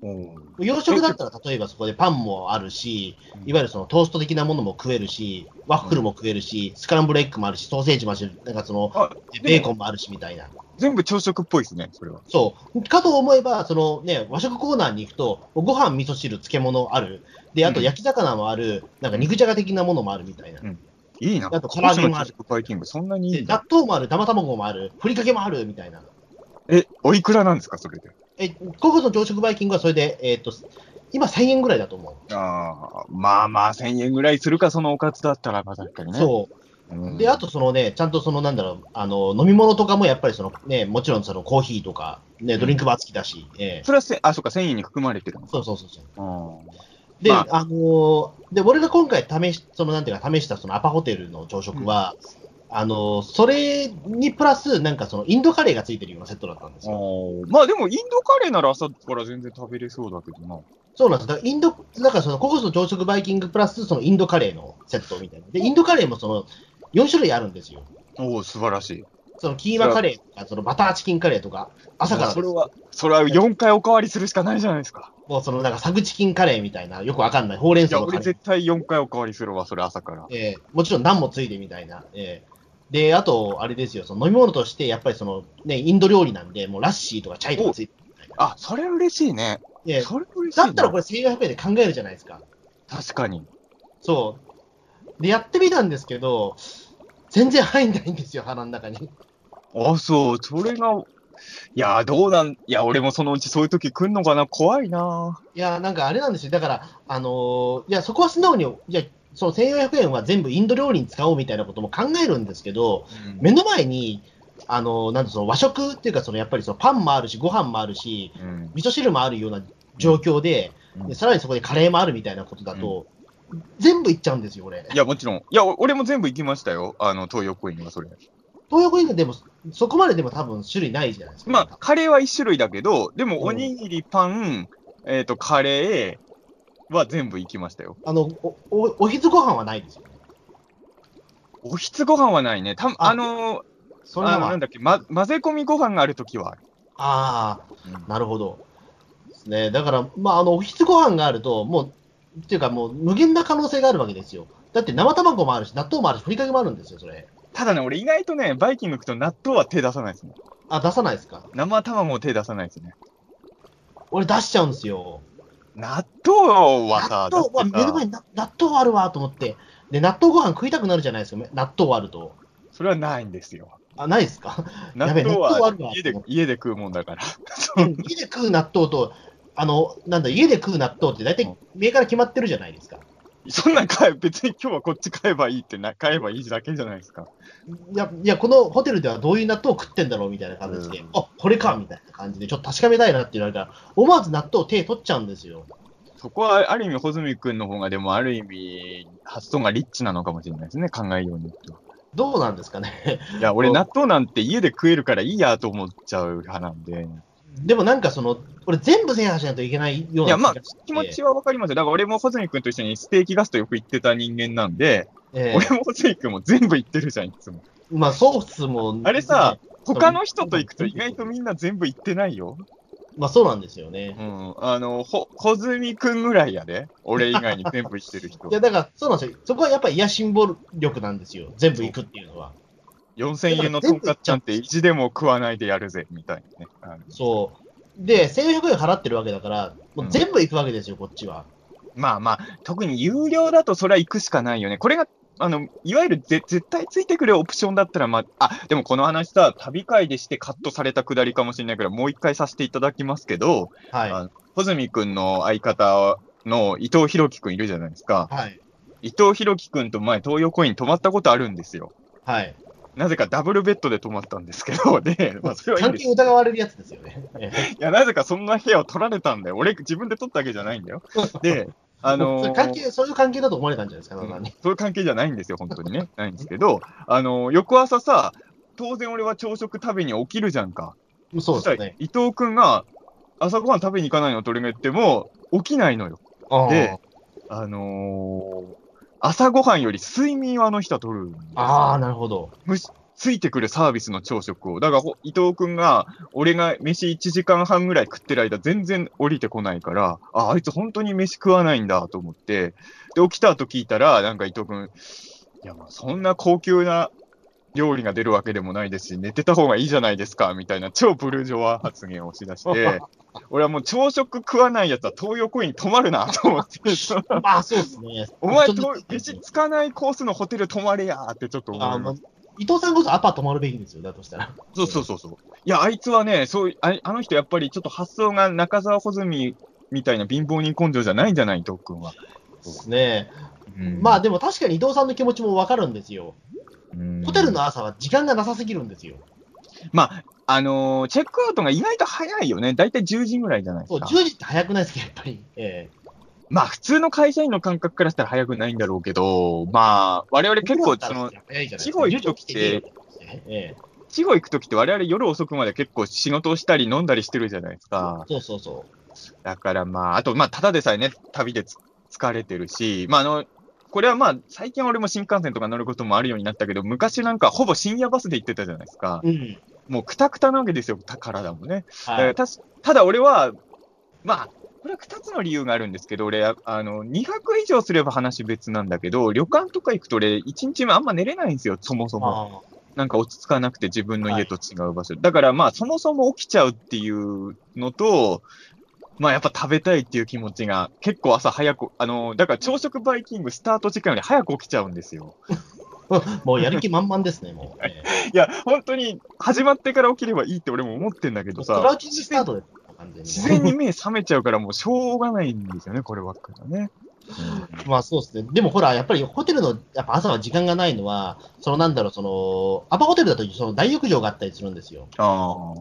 C: うん
B: 洋食だったら例えばそこでパンもあるし、いわゆるそのトースト的なものも食えるし、ワッフルも食えるし、スクランブルエッグもあるし、ソーセージもあるし、なんかその
C: あ
B: ベーコンもあるしみたいな。
C: 全部朝食っぽいですね、それは。
B: そう。かと思えば、そのね、和食コーナーに行くと、ご飯、味噌汁、漬物ある。で、あと
C: うん
B: 焼き魚もある。なんか肉じゃが的なものもあるみたいな。
C: いいな。
B: あと
C: ココ
B: 唐揚
C: ス
B: げ
C: の
B: もあ
C: 朝
B: る
C: 食バイキング、そんなにい
B: で
C: いな。
B: 納豆もある、生卵もある、ふりかけもあるみたいな。
C: え、おいくらなんですか、それで。
B: え、高校の朝食バイキングはそれで、えーっと、今1000円ぐらいだと思
C: ああ、まあまあ、1000円ぐらいするか、そのおかずだったら、まあ確かに
B: う。
C: ね。
B: そう。
C: うん
B: で、あとそのね、ちゃんとそのなんだろう、あの、飲み物とかもやっぱりそのね、もちろんそのコーヒーとか、ね、ドリンクバー付きだし、ええ
C: それはせ、あ、そうか、1000円に含まれてるの
B: そうそうそうそう。
C: うん
B: で、
C: ま
B: あ、のーで、俺が今回試し、そのなんていうか試したそのアパホテルの朝食は、あのーそれにプラス、なんかそのインドカレーがついてるようなセットだったんですよ。
C: まあでも、インドカレーなら朝から全然食べれそうだけどな。
B: そうなんです。だからインド、だからそのココスの朝食バイキングプラス、そのインドカレーのセットみたいな。で、インドカレーもその4種類あるんですよ。
C: おお、素晴らしい。
B: そのキーマカレーとか、そのバターチキンカレーとか、朝から
C: それは、それは4回おかわりするしかないじゃないですか。
B: もうそのなんかサグチキンカレーみたいな、よくわかんない、ほうれん
C: い
B: 草
C: や、
B: のカ
C: 俺
B: レー、
C: 絶対4回おかわりするわ、それ朝から。
B: ええもちろん何もついてみたいな。ええで、あと、あれですよ、その飲み物として、やっぱりその、ね、インド料理なんで、もうラッシーとかチャイとかついてるみたいな。
C: あ、それ嬉しいね。
B: ええ
C: それ嬉しい
B: だ
C: な。
B: ったらこれ1400円で考えるじゃないですか。
C: 確かに。
B: そう。で、やってみたんですけど、全然入んないんですよ、腹の中に。
C: あ、そう、それが、いや、どうなん、いや、俺もそのうちそういう時来んのかな、怖いな。
B: いや、なんかあれなんですよ。だから、あのーいや、そこは素直に、いや、その1400円は全部インド料理に使おうみたいなことも考えるんですけど、目の前に、あのーなんだその和食っていうか、そのやっぱりそのパンもあるし、ご飯もあるし、
C: うん
B: 味噌汁もあるような状況で、
C: うん
B: でさらにそこでカレーもあるみたいなことだと、全部いっちゃうんですよ、俺。
C: いや、もちろん。いや、お俺も全部行きましたよ。あの、東横インはそれ。
B: 東洋国でも、そこまででも多分種類ないじゃないですか。
C: まあ、カレーは1種類だけど、で
B: う
C: も、
B: ん
C: おにぎり、パン、えっ、と、カレーは全部行きましたよ。
B: あのおおおひつご飯はないですよね。
C: おひつご飯はないね。た
B: あ
C: あのー
B: それ
C: あ
B: は
C: の
B: ま
C: なん
B: あ、
C: だっけ、ま、混ぜ込みご飯があるときはある。
B: あーなるほど。ですね、だから、まあ、あのおひつご飯があると、もう、っていうか、もう無限な可能性があるわけですよ。だって生卵もあるし、納豆もあるし、ふりかけもあるんですよ、それ。
C: ただね、俺意外とね、バイキング行くと納豆は手出さないですね。
B: あ、出さないですか。
C: 生卵も手出さないですね。
B: 俺、出しちゃうんですよ。
C: 納豆はさ
B: 納、豆は
C: だってさ
B: 目の前にな納豆あるわと思って、で、納豆ご飯食いたくなるじゃないですか、め納豆あると。
C: それはないんですよ。
B: あ、ないですか
C: 納
B: やべえ
C: 豆
B: 納豆あ
C: は
B: るわ
C: 家で家で食うもんだから。
B: 家で食う納豆と、あの、なんだ、家で食う納豆って大
C: う
B: 体、銘柄決まってるじゃないですか。
C: そんなん買え、別に今日はこっち買えばいいってな、買えばいいだけじゃないですか。
B: いや、いや、このホテルではどういう納豆を食ってんだろうみたいな感じで、
C: うん
B: あこれかみたいな感じで、ちょっと確かめたいなって言われたら、思わず納豆を手取っちゃうんですよ。
C: そこはある意味、穂積君の方が、でもある意味、発想がリッチなのかもしれないですね、考えようによっては。
B: どうなんですかね。
C: いや、俺、
B: そう
C: 納豆なんて家で食えるからいいやと思っちゃう派なんで。
B: でもなんかその、俺全部制覇しないといけないよう
C: いや、
B: な
C: まあ
B: 気がして、
C: 気持ちはわかりますよ。だから俺も穂積君と一緒にステーキガストよく行ってた人間なんで、
B: ええ
C: 俺も穂積君も全部行ってるじゃん、いつも。
B: まあ、ソースも、
C: あれさ、
B: う
C: 他の人と行くと意外とみんな全部行ってないよ。
B: まあそうなんですよね。
C: うん。あの、ほ、穂積君ぐらいやで。俺以外に全部行ってる人
B: い。や、だから、そうなんですよ。そこはやっぱり野心暴力なんですよ。全部行くっていうのは。
C: 4000円のトンカツちゃんって意地でも食わないでやるぜ、みたいなね。あの
B: そう。で、1400円払ってるわけだから、もう全部行くわけですよ、こっちは。
C: まあまあ、特に有料だとそれは行くしかないよね。これが、あの、いわゆるぜ絶対ついてくるオプションだったら、まあ、あ、でもこの話さ、旅会でしてカットされたくだりかもしれないから、もう一回させていただきますけど、
B: はい。
C: あ穂積君の相方の伊藤博樹くんいるじゃないですか。
B: はい。
C: 伊藤博樹くんと前、東洋コイン泊まったことあるんですよ。
B: はい。
C: なぜかダブルベッドで泊まったんですけど、 で、まあ、それはいいん
B: 関
C: です
B: 係疑われるやつですよね。ええ
C: いや、なぜかそんな部屋を取られたんだよ。俺、自分で取ったわけじゃないんだよ。で、 あの
B: それ
C: ー
B: 関係、そういう関係だと思われたんじゃないですか、
C: うん
B: 旦那に
C: そういう関係じゃないんですよ、本当にね。 ないんですけど、あのー翌朝さ、当然俺は朝食食べに起きるじゃんか。
B: そうです
C: したら
B: ね。
C: 伊藤君が朝ごはん食べに行かないの取り目っても起きないのよ。
B: あ
C: であのー朝ごはんより睡眠をあの人は取るんですよ
B: ああ、なるほど。
C: むしついてくるサービスの朝食を。だからほ、伊藤君が、俺が飯1時間半ぐらい食ってる間、全然降りてこないから、あ、あいつ本当に飯食わないんだと思って、で、起きた後聞いたら、なんか伊藤君、いや、まあそんな高級な料理が出るわけでもないですし、寝てた方がいいじゃないですか、みたいな超ブルジョワ発言をし だして、俺はもう朝食食わないやつは東横イン泊まるなと 思って、
B: まあ、そうですね。
C: お前
B: ちょ
C: と
B: っ、
C: 飯つかないコースのホテル泊まれやーってちょっと思いま
B: あ
C: し
B: ま
C: た
B: あ伊藤さんこそアパ泊まるべきですよ、だとしたら。
C: そうそうそうそう。いや、あいつはね、そういあい、あの人やっぱりちょっと発想が中澤穂積みたいな貧乏人根性じゃないんじゃない、伊藤君は。
B: そうですね。
C: うん
B: まあ、、でも確かに伊藤さんの気持ちもわかるんですよ。
C: うん
B: ホテル。の朝は時間がなさすぎるんですよ。
C: まあ、あのーチェックアウトが意外と早いよね。だいたい10時ぐらいじゃない
B: そ
C: で
B: う、
C: すか。
B: 10時って早くないですか、やっぱり。え
C: まあ、普通の会社員の感覚からしたら早くないんだろうけど、まあ、我々
B: え
C: 結構、そ
B: 早
C: の、
B: いじゃないです
C: 地
B: か
C: 方行く時っ
B: 10
C: て
B: 時起きてねええ
C: 地方行くときって我々夜遅くまで結構仕事をしたり飲んだりしてるじゃないですか。
B: そうそうそ
C: だからまあ、あと、まあ、ただでさえね、旅でつ疲れてるし、まあ、あの、これはまあ、最近俺も新幹線とか乗ることもあるようになったけど、昔なんかほぼ深夜バスで行ってたじゃないですか。
B: う。うん。
C: もうくたくたなわけですよ、た体もね。だか
B: は
C: ら
B: い。
C: たしただ俺は、まあ、これは2つの理由があるんですけど、俺、ああの、2泊以上すれば話別なんだけど、旅館とか行くと俺、1日目あんま寝れないんですよ、そもそも。
B: あ
C: なんか落ち着かなくて自分の家と違う場所。だからまあそもそも起きちゃうっていうのと、まあやっぱ食べたいっていう気持ちが結構朝早く、あの、だから朝食バイキングスタート時間より早く起きちゃうんですよ。
B: あもうやる気満々ですね、 もう。ええ
C: いや、本当に始まってから起きればいいって俺も思ってんだけど
B: クラウ、
C: さ
B: チングスタートですよ、完全に。
C: 自然に目覚めちゃうからもうしょうがないんですよね、こればっかりはね。
B: まあそうですね。でもほら、やっぱりホテルのやっぱ朝は時間がないのは、そのなんだろう、その、アパホテルだとその大浴場があったりするんですよ。
C: あ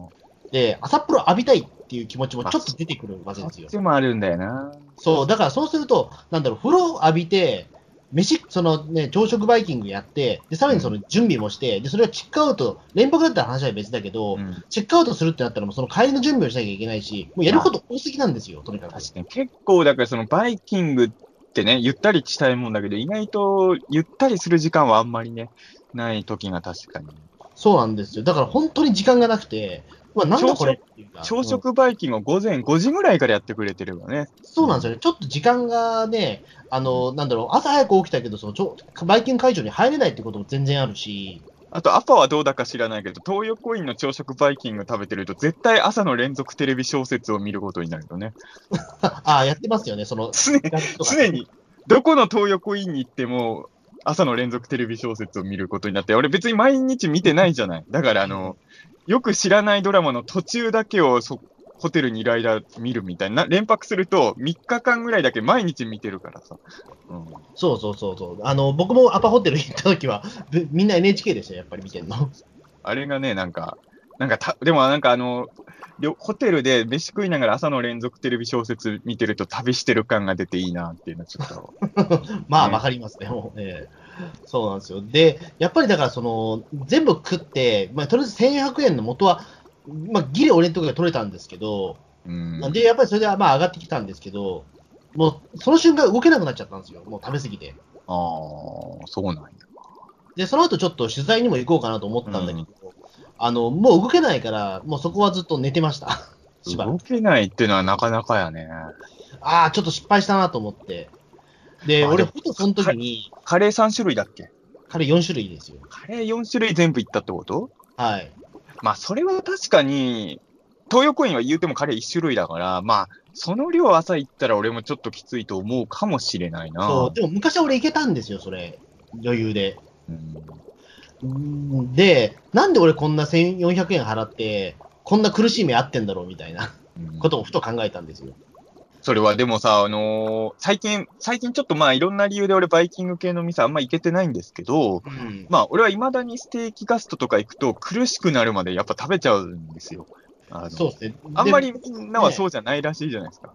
B: で、朝っぽろ浴びたいっていう気持ちもちょっと出てくるわ
C: あ、
B: け
C: そ
B: で
C: っ
B: すよ。
C: ちもあるんだよな。
B: そう、だからそうすると、なんだろう、風呂を浴びて、飯、そのね、朝食バイキングやって、で、さらにその準備もして、で、それをチェックアウト、連泊だったら話は別だけど、
C: うん
B: チェックアウトするってなったら、もうその帰りの準備をしなきゃいけないし、もうやること多すぎなんですよ、とにかく。
C: 確かに結構だからそのバイキングってね、ゆったりしたいもんだけど、意外とゆったりする時間はあんまりね、ない時が確かに。
B: そうなんですよ。だから本当に時間がなくて、うわ、なんだこれっていうか。
C: 朝食バイキングを午前5時ぐらいからやってくれてればね。
B: そうなんですよね、ちょっと時間がね、あのなんだろう朝早く起きたけどそのちょ、バイキング会場に入れないってことも全然あるし、
C: あと、アパはどうだか知らないけど、東横インの朝食バイキング食べてると、絶対朝の連続テレビ小説を見ることになるよね。
B: ああ、やってますよね、その、
C: 常に、
B: ガキとか
C: 常に、どこの東横インに行っても、朝の連続テレビ小説を見ることになって、俺別に毎日見てないじゃない。だからあの、よく知らないドラマの途中だけをそホテルにいる間見るみたいな、連泊すると3日間ぐらいだけ毎日見てるからさ。うん、
B: そうそうそうそうあの、僕もアパホテル 行った時は、ぶみんな NHK でしたよ、やっぱり見てんの。
C: あれがね、なんか、なんかた、でもなんかあの、りょホテルで飯食いながら朝の連続テレビ小説見てると旅してる感が出ていいなっていうのはちょっと。
B: まあ、
C: ね
B: わかりますね、もう、ええそうなんですよ。で、やっぱりだから、その、全部食って、まあ、とりあえず1100円の元は、まあ、ギリ俺のところが取れたんですけど、
C: うん
B: で、やっぱりそれでまあ上がってきたんですけど、もう、その瞬間動けなくなっちゃったんですよ、もう食べ過ぎて。
C: ああ、そうなんや。
B: で、その後ちょっと取材にも行こうかなと思ったんだけど、あの、もう動けないから、もうそこはずっと寝てました。 しばら
C: 動
B: く。
C: けないっていうのはなかなかやね。
B: ああ、ちょっと失敗したなと思って。で、
C: あ
B: 俺、
C: でも
B: ふとその時に、
C: カレー3種類だっけ
B: 彼4種類ですよ。
C: カレー4種類全部いったってこと
B: はい。
C: まあ、それは確かに、東横インは言うてもカレー1種類だから、まあ、その量朝行ったら俺もちょっときついと思うかもしれないな。
B: そう、でも昔は俺行けたんですよ、それ。余裕で。
C: うん
B: うーんで、なんで俺こんな1400円払って、こんな苦しい目あってんだろうみたいな
C: うん
B: ことをふと考えたんですよ。
C: それはでもさ、あのー最近、最近ちょっとまあいろんな理由で俺バイキング系の店あんま行けてないんですけど、
B: うん
C: まあ俺は未だにステーキガストとか行くと苦しくなるまでやっぱ食べちゃうんですよ。あの
B: そうですね。
C: あんま
B: で
C: りみんなはそうじゃないらしいじゃないですか。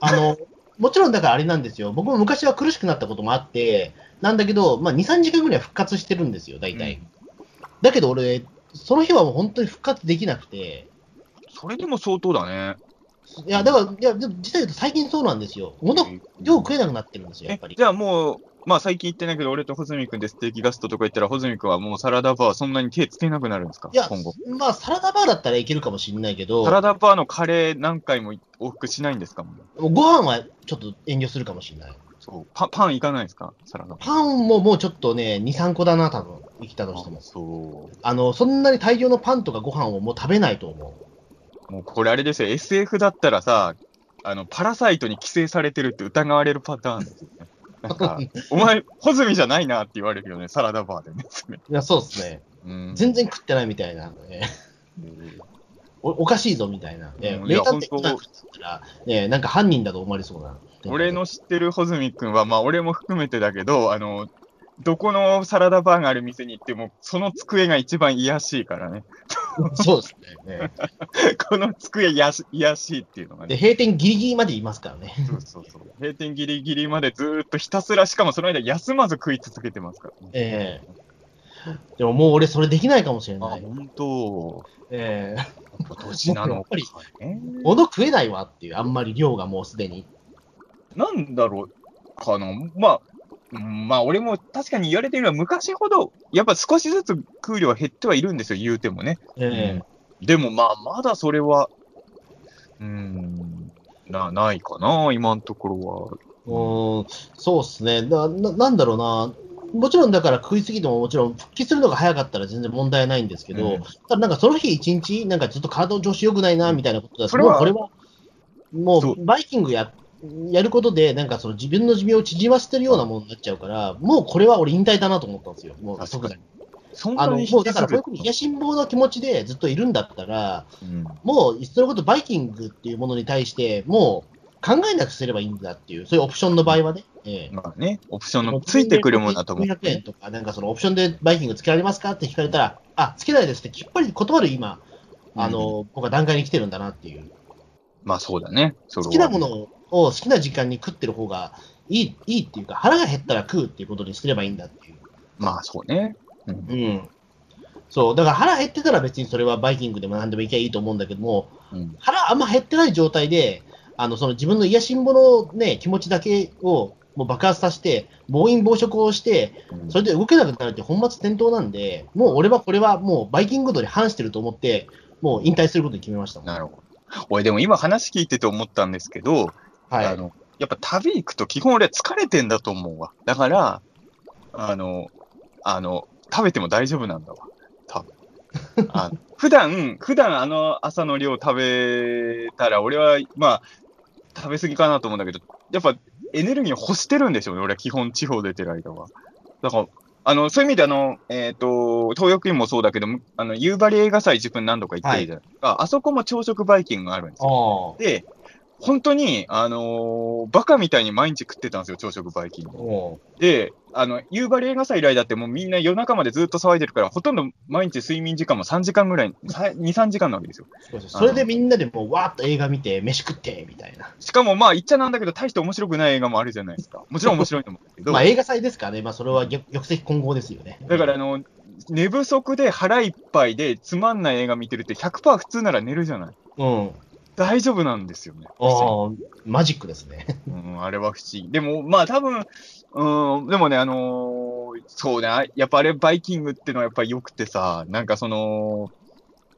B: あの、もちろんだからあれなんですよ。僕も昔は苦しくなったこともあって、なんだけど、まあ、2、3時間ぐらい復活してるんですよ、大体。
C: うん
B: だけど俺、その日はもう本当に復活できなくて、
C: それでも相当だね。
B: いや、だから、いや、でも実際言うと最近そうなんですよ。もの量食えなくなってるんですよ、や
C: え
B: っぱり。
C: じゃあもう、まあ最近行ってないけど、俺と穂積君でステーキガストとか行ったら、穂積君はもうサラダバーそんなに手つけなくなるんですか
B: いや
C: 今後。、
B: まあ、サラダバーだったらいけるかもしれないけど、
C: サラダバーのカレー何回も往復しないんですかもう
B: ご飯はちょっと遠慮するかもしれない。
C: そうパン、パンいかないですかサラダバー。
B: パンももうちょっとね、2、3個だな、多分生きたとしても。
C: そう。
B: あの、そんなに大量のパンとかご飯をもう食べないと思う。
C: もうこれあれですよ、SF だったらさ、あの、パラサイトに寄生されてるって疑われるパターンですよね。な んか、お前、穂積じゃないなって言われるよね、サラダバーでね。それ
B: いや、そうですね。
C: うん
B: 全然食ってないみたいな、ね、おおかしいぞみたいな、ね
C: うんい
B: 名
C: や
B: 探偵コナン食ったら、ね、なんか犯人だと思われそうな。
C: 俺の知ってる穂積君は、まあ、俺も含めてだけど、あの、どこのサラダバーがある店に行っても、その机が一番癒やしいからね。
B: そうですねね
C: この机癒やし癒やしいっていうのが
B: で。
C: ね。
B: 閉店ギリギリまでいますからね。
C: そうそうそう。閉店ギリギリまでずーっとひたすら、しかもその間休まず食い続けてますから、ね。
B: ええでももう俺それできないかもしれ
C: あ、
B: ない。
C: 本当。
B: ええ
C: 今年な
B: やっ
C: の
B: ぱり
C: ね。
B: 物食えないわっていう、あんまり量がもうすでに。
C: なんだろうかな。まあ、うんまあ、俺も確かに言われてみれば昔ほど、やっぱ少しずつ給料は減ってはいるんですよ、言うてもね。
B: ええ
C: でもまあ、まだそれは、うん、な、ないかな、今のとこ
B: うーん、そうですねなな、なんだろうな、もちろんだから食いすぎても、もちろん復帰するのが早かったら全然問題ないんですけど、
C: うん
B: ただなんかその日一日、なんかちょっと体の調子良くないなみたいなことだと、
C: それは
B: もうこれは、も
C: そう
B: バイキングややることで、なんかその自分の寿命を縮ませてるようなものになっちゃうから、もうこれは俺、引退だなと思ったんですよ、もう
C: あそう
B: 即
C: か
B: 座に。
C: ろは。そん
B: あ
C: な
B: の
C: に
B: もうだから、こういう
C: 引
B: ふうに冷
C: きずる
B: やしん坊の気持ちでずっといるんだったら、
C: うん
B: もういっそのことバイキングっていうものに対して、もう考えなくすればいいんだっていう、そういうオプションの場合はね。ええ
C: まあね、オプションのついてくるものだと思
B: 900円
C: う。
B: とか、なんかそのオプションでバイキングつけられますかって聞かれたら、あ、つけないですって、きっぱり断る今、あの、僕は段階に来てるんだなっていう。
C: まあそうだね。それ
B: 好
C: は
B: きなものを好きな時間に食ってる方がいい、いいっていうか、腹が減ったら食うっていうことにすればいいんだっていう。
C: まあそうね。うん
B: うん。そう、だから腹減ってたら別にそれはバイキングでも何でもいけばいいと思うんだけども、
C: うん
B: 腹あんま減ってない状態で、あのその自分の癒しんぼの、ね、気持ちだけをもう爆発させて、暴飲暴食をして、
C: うん
B: それで動けなくなるって本末転倒なんで、もう俺はこれはもうバイキング度に反してると思って、もう引退することに決めましたもん。
C: なるほど。俺でも今話聞いてて思ったんですけど、
B: はい。
C: あの、やっぱ旅行くと基本俺は疲れてんだと思うわ。だから、あの、あの、食べても大丈夫なんだわ。多 分。あの普段、普段あの朝の量食べたら俺は、まあ、食べ過ぎかなと思うんだけど、やっぱエネルギーを欲してるんでしょうね。俺は基本地方出てる間は。だから、あの、そういう意味であの、えっ、と、東横院もそうだけど、むあの、夕張映画祭自分何度か行ってるじゃないですか。あそこも朝食バイキングがあるんですよ。
B: あ
C: で、本当に、あのーバカみたいに毎日食ってたんですよ、朝食バイキン
B: あ。
C: グ。
B: お
C: で、あの、夕張映画祭以来だってもうみんな夜中までずっと騒いでるから、ほとんど毎日睡眠時間も3時間ぐらい、さ2、3時間なわけですよ。
B: うそれでみんなでもうわーっと映画見て、飯食って、みたいな。
C: しかもまあ言っちゃなんだけど、大して面白くない映画もあるじゃないですか。もちろん面白いと思うんですけ ど。
B: まあ映画祭ですからね、まあそれは玉玉石混合ですよね。
C: だからあの、寝不足で腹いっぱいでつまんない映画見てるって100%普通なら寝るじゃない。
B: うん。
C: 大丈夫なんですよね。
B: ああ、マジックですね。
C: うん、あれは不思議。でも、まあ多分、うん、でもね、あのーそうね、やっぱあれ、バイキングってのはやっぱり良くてさ、なんかその、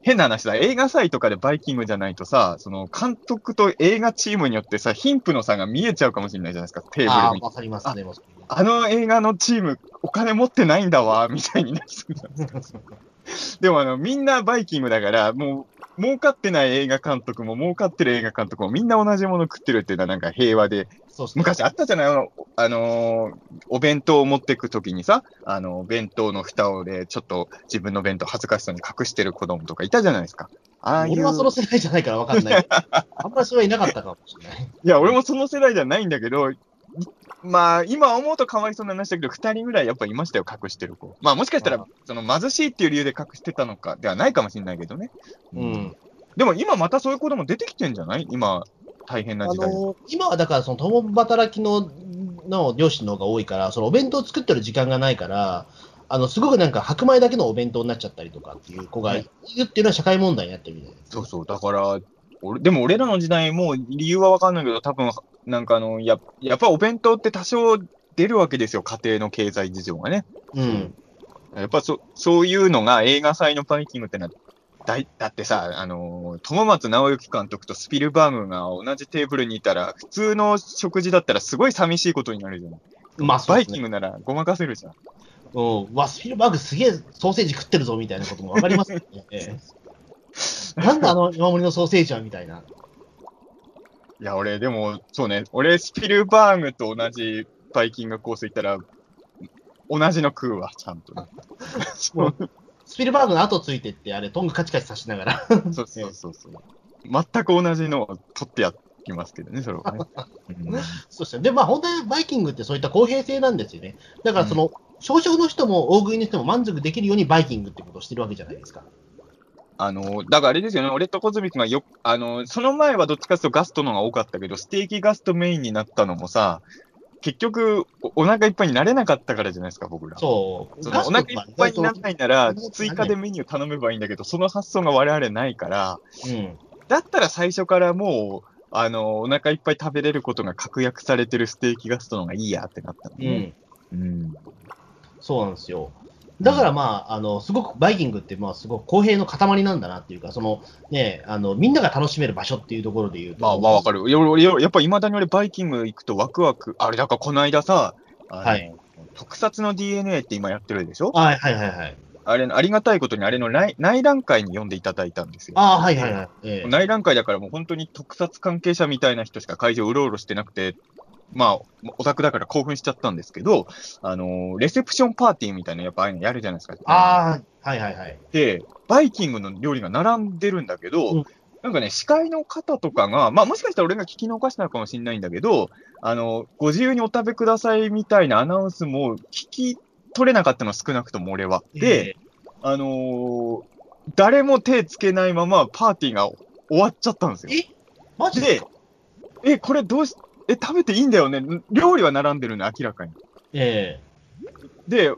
C: 変な話だ、映画祭とかでバイキングじゃないとさ、その監督と映画チームによってさ、貧富の差が見えちゃうかもしれないじゃないですか、テーブル
B: ああ、
C: に。
B: わかりますね。もう
C: あの映画のチーム、お金持ってないんだわ、みたいになりそうじゃないですか。 でもあの、みんなバイキングだから、もう、儲かってない映画監督も、儲かってる映画監督も、みんな同じもの食ってるっていうのはなんか平和で、
B: そうっすね
C: 昔あったじゃないあの、あのーお弁当を持ってくときにさ、あの、弁当の蓋をで、ちょっと自分の弁当恥ずかしそうに隠してる子供とかいたじゃないですか。ああい
B: 俺
C: う。
B: はその世代じゃないから分かんない けど。あんまりそれはいなかったかもしれない。
C: いや、俺もその世代じゃないんだけど、いまあ、今思うとかわいそうな話だけど、2人ぐらいやっぱいましたよ、隠してる子。まあ、もしかした
B: あ
C: ら、その貧しいっていう理由で隠してたのか、ではないかもしれないけどね。
B: うん。
C: でも今またそういう子供出てきてんじゃない今、大変な
B: あ
C: 時代。
B: の今はだから、その共働きのの両親の方が多いから、そのお弁当作ってる時間がないから、あのすごくなんか白米だけのお弁当になっちゃったりとかっていう子がいるっていうのは社会問題になってるみたいな。
C: そうそう、だから、俺でも俺らの時代、もう理由はわかんないけど、多分なんかあのや、やっぱお弁当って多少出るわけですよ、家庭の経済事情がね。
B: うん。
C: やっぱそそういうのが映画祭のバイキングってのは、だいだってさ、あのー、友松直之監督とスピルバーグが同じテーブルにいたら、普通の食事だったらすごい寂しいことになるじゃん。
B: まあ、そう
C: バ
B: で
C: イ
B: す
C: キ
B: ね。
C: ングならごまかせるじゃん。
B: うん。わ、スピルバーグすげえソーセージ食ってるぞみたいなこともわかりますよね。え えなんだあの山盛りのソーセージはみたいな。
C: いや、俺、でも、そうね、俺、スピルバーグと同じバイキングコース行ったら、同じの食うわ、ちゃんとね。そう
B: スピルバーグの後ついてって、あれ、トングカチカチさしながら。
C: そうそうそうそう。全く同じのを取ってやりますけどね、それはね。うん
B: そうですね。で、まあ、本当にバイキングってそういった公平性なんですよね。だから、その、小食の人も大食いの人も満足できるようにバイキングってことをしてるわけじゃないですか。
C: あの、だからあれですよね、俺と小泉君がよあの、その前はどっちかというとガストの方が多かったけど、ステーキガストメインになったのもさ、結局お、お腹いっぱいになれなかったからじゃないですか、僕ら。
B: そう。
C: そ
B: ガ
C: の
B: スト
C: お腹い
B: とか
C: っぱいにならないなら
B: 意外と、
C: 追加でメニュー頼めばいいんだけど、その発想が我々ないから、
B: うん。
C: だったら最初からもう、あの、お腹いっぱい食べれることが確約されてるステーキガストの方がいいやってなったの
B: う
C: ね。
B: ん。
C: うん。
B: そうなんですよ。だからまあ、あの、すごくバイキングって、まあ、すごく公平の塊なんだなっていうか、その、ね、あの、みんなが楽しめる場所っていうところで言うと。
C: まあまあわかる。よよやっぱいまだに俺バイキング行くとワクワク。あれだからこの間さ、あの
B: はい
C: 特撮の DNA って今やってるでしょ
B: はいはいはいはい。
C: あれのありがたいことにあれの内内覧会に読んでいただいたんですよ。
B: ああ、はいはいはい。ええ
C: 内覧会だからもう本当に特撮関係者みたいな人しか会場うろうろしてなくて、まあ、オタクだから興奮しちゃったんですけど、あのレセプションパーティーみたいなやっぱああいうのやるじゃないですか。
B: ああ、はいはいはい。
C: で、バイキングの料理が並んでるんだけど、
B: うん
C: なんかね、司会の方とかが、まあもしかしたら俺が聞き逃したのかもしれないんだけど、あの、ご自由にお食べくださいみたいなアナウンスも聞き取れなかったの少なくとも俺は。で、
B: え
C: あのー誰も手つけないままパーティーが終わっちゃったんですよ
B: え。え、マジで
C: で、え、これどうし、え、食べていいんだよね。料理は並んでるの、明らかに。
B: ええ
C: で、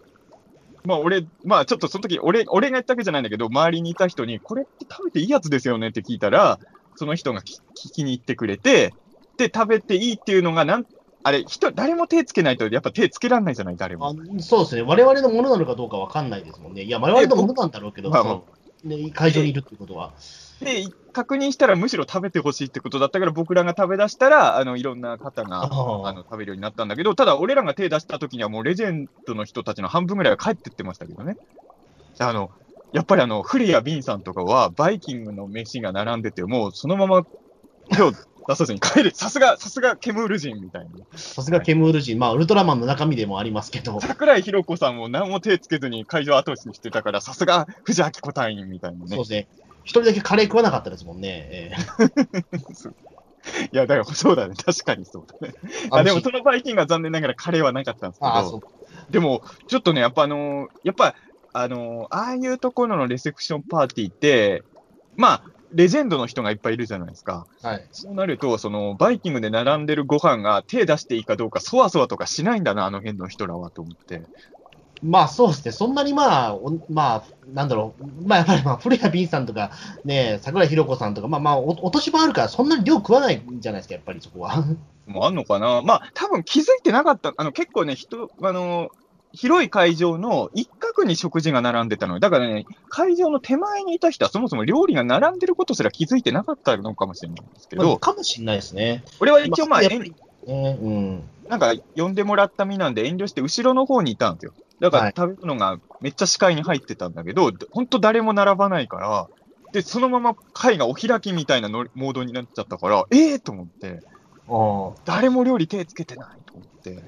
C: まあ俺、まあちょっとその時、俺、俺が言ったわけじゃないんだけど、周りにいた人に、これって食べていいやつですよねって聞いたら、その人がき聞きに行ってくれて、で、食べていいっていうのが、なん、あれ、人、誰も手つけないと、やっぱ手つけらんないじゃない、誰も。
B: あそうですね、我々のものなのかどうかわかんないですもんね。いや、我々のものなんだろうけど、
C: まあ
B: そのね、会場にいるってことは。
C: で、確認したらむしろ食べてほしいってことだったから、僕らが食べ出したら、あの、いろんな方が、
B: あ
C: あの、食べるようになったんだけど、ただ俺らが手出した時にはもうレジェンドの人たちの半分ぐらいは帰ってってましたけどね。あの、やっぱりあの、古谷敏さんとかはバイキングの飯が並んでて、もうそのまま手を出さずに帰る。 さすが、さすがケムール人みたいな。
B: さすがケムール人、まあ、ウルトラマンの中身でもありますけど、
C: 桜井宏子さんも何も手つけずに会場後押しにしてたから、さすが藤明子隊員みたい
B: そ
C: な
B: う
C: ね
B: で。すね、一人だけカレー食わなかったですもんね。ええ
C: いや、だからそうだね。確かにそうだね。あでもそのバイキングは残念ながらカレーはなかったんですけど。
B: あそう
C: でも、ちょっとね、やっぱあのーやっぱ、あのーああいうところのレセプションパーティーって、まあ、レジェンドの人がいっぱいいるじゃないですか。
B: はい、
C: そうなると、その、バイキングで並んでるご飯が手出していいかどうか、そわそわとかしないんだな、あの辺の人らは、と思って。
B: まあそうですね、そんなにまあ、おまあ、なんだろう、まあやっぱり、まあ、古谷敏さんとか、ね、桜井宏子さんとか、まあまあ、おお年もあるから、そんなに量食わないんじゃないですか、やっぱりそこは。
C: もうあんのかなまあ、多分気づいてなかった。あの、結構ね、人、あのー広い会場の一角に食事が並んでたのよだからね、会場の手前にいた人はそもそも料理が並んでることすら気づいてなかったのかもしれないんですけ
B: まあ
C: ど、
B: かもしれないですね。
C: 俺は一応まあ、
B: やっぱりねうん、
C: なんか呼んでもらった身なんで遠慮して後ろの方にいたんですよ。だか
B: は
C: ら
B: い
C: 食べ物がめっちゃ視界に入ってたんだけど、ほんと誰も並ばないから、で、そのまま会がお開きみたいなのモードになっちゃったから、ええー、と思って。
B: うん
C: 誰も料理手つけてないと思って。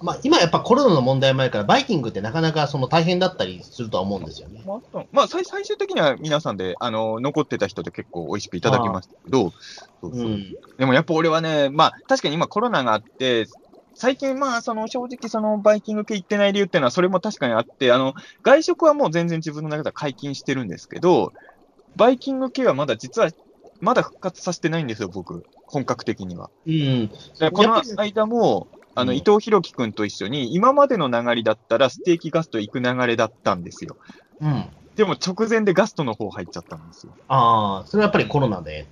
B: まあ、今やっぱコロナの問題前から、バイキングってなかなかその大変だったりするとは思うんですよね。
C: まああったの、まあ、最最終的には皆さんで、あの、残ってた人で結構美味しくいただきましたけど、そうそう
B: うん。
C: でもやっぱ俺はね、まあ、確かに今コロナがあって、最近まあ、その、正直その、バイキング系行ってない理由っていうのは、それも確かにあって、あの、外食はもう全然自分の中では解禁してるんですけど、バイキング系はまだ実は、まだ復活させてないんですよ、僕。本格的には。
B: うん。
C: でこ
B: や
C: の
B: っぱり
C: 間も、あの、
B: うん
C: 伊藤博樹くんと一緒に、今までの流れだったらステーキガスト行く流れだったんですよ。
B: うん。あ
C: でも直前でガストの方入っちゃったんですよ。
B: あ、それはやっぱりコロナで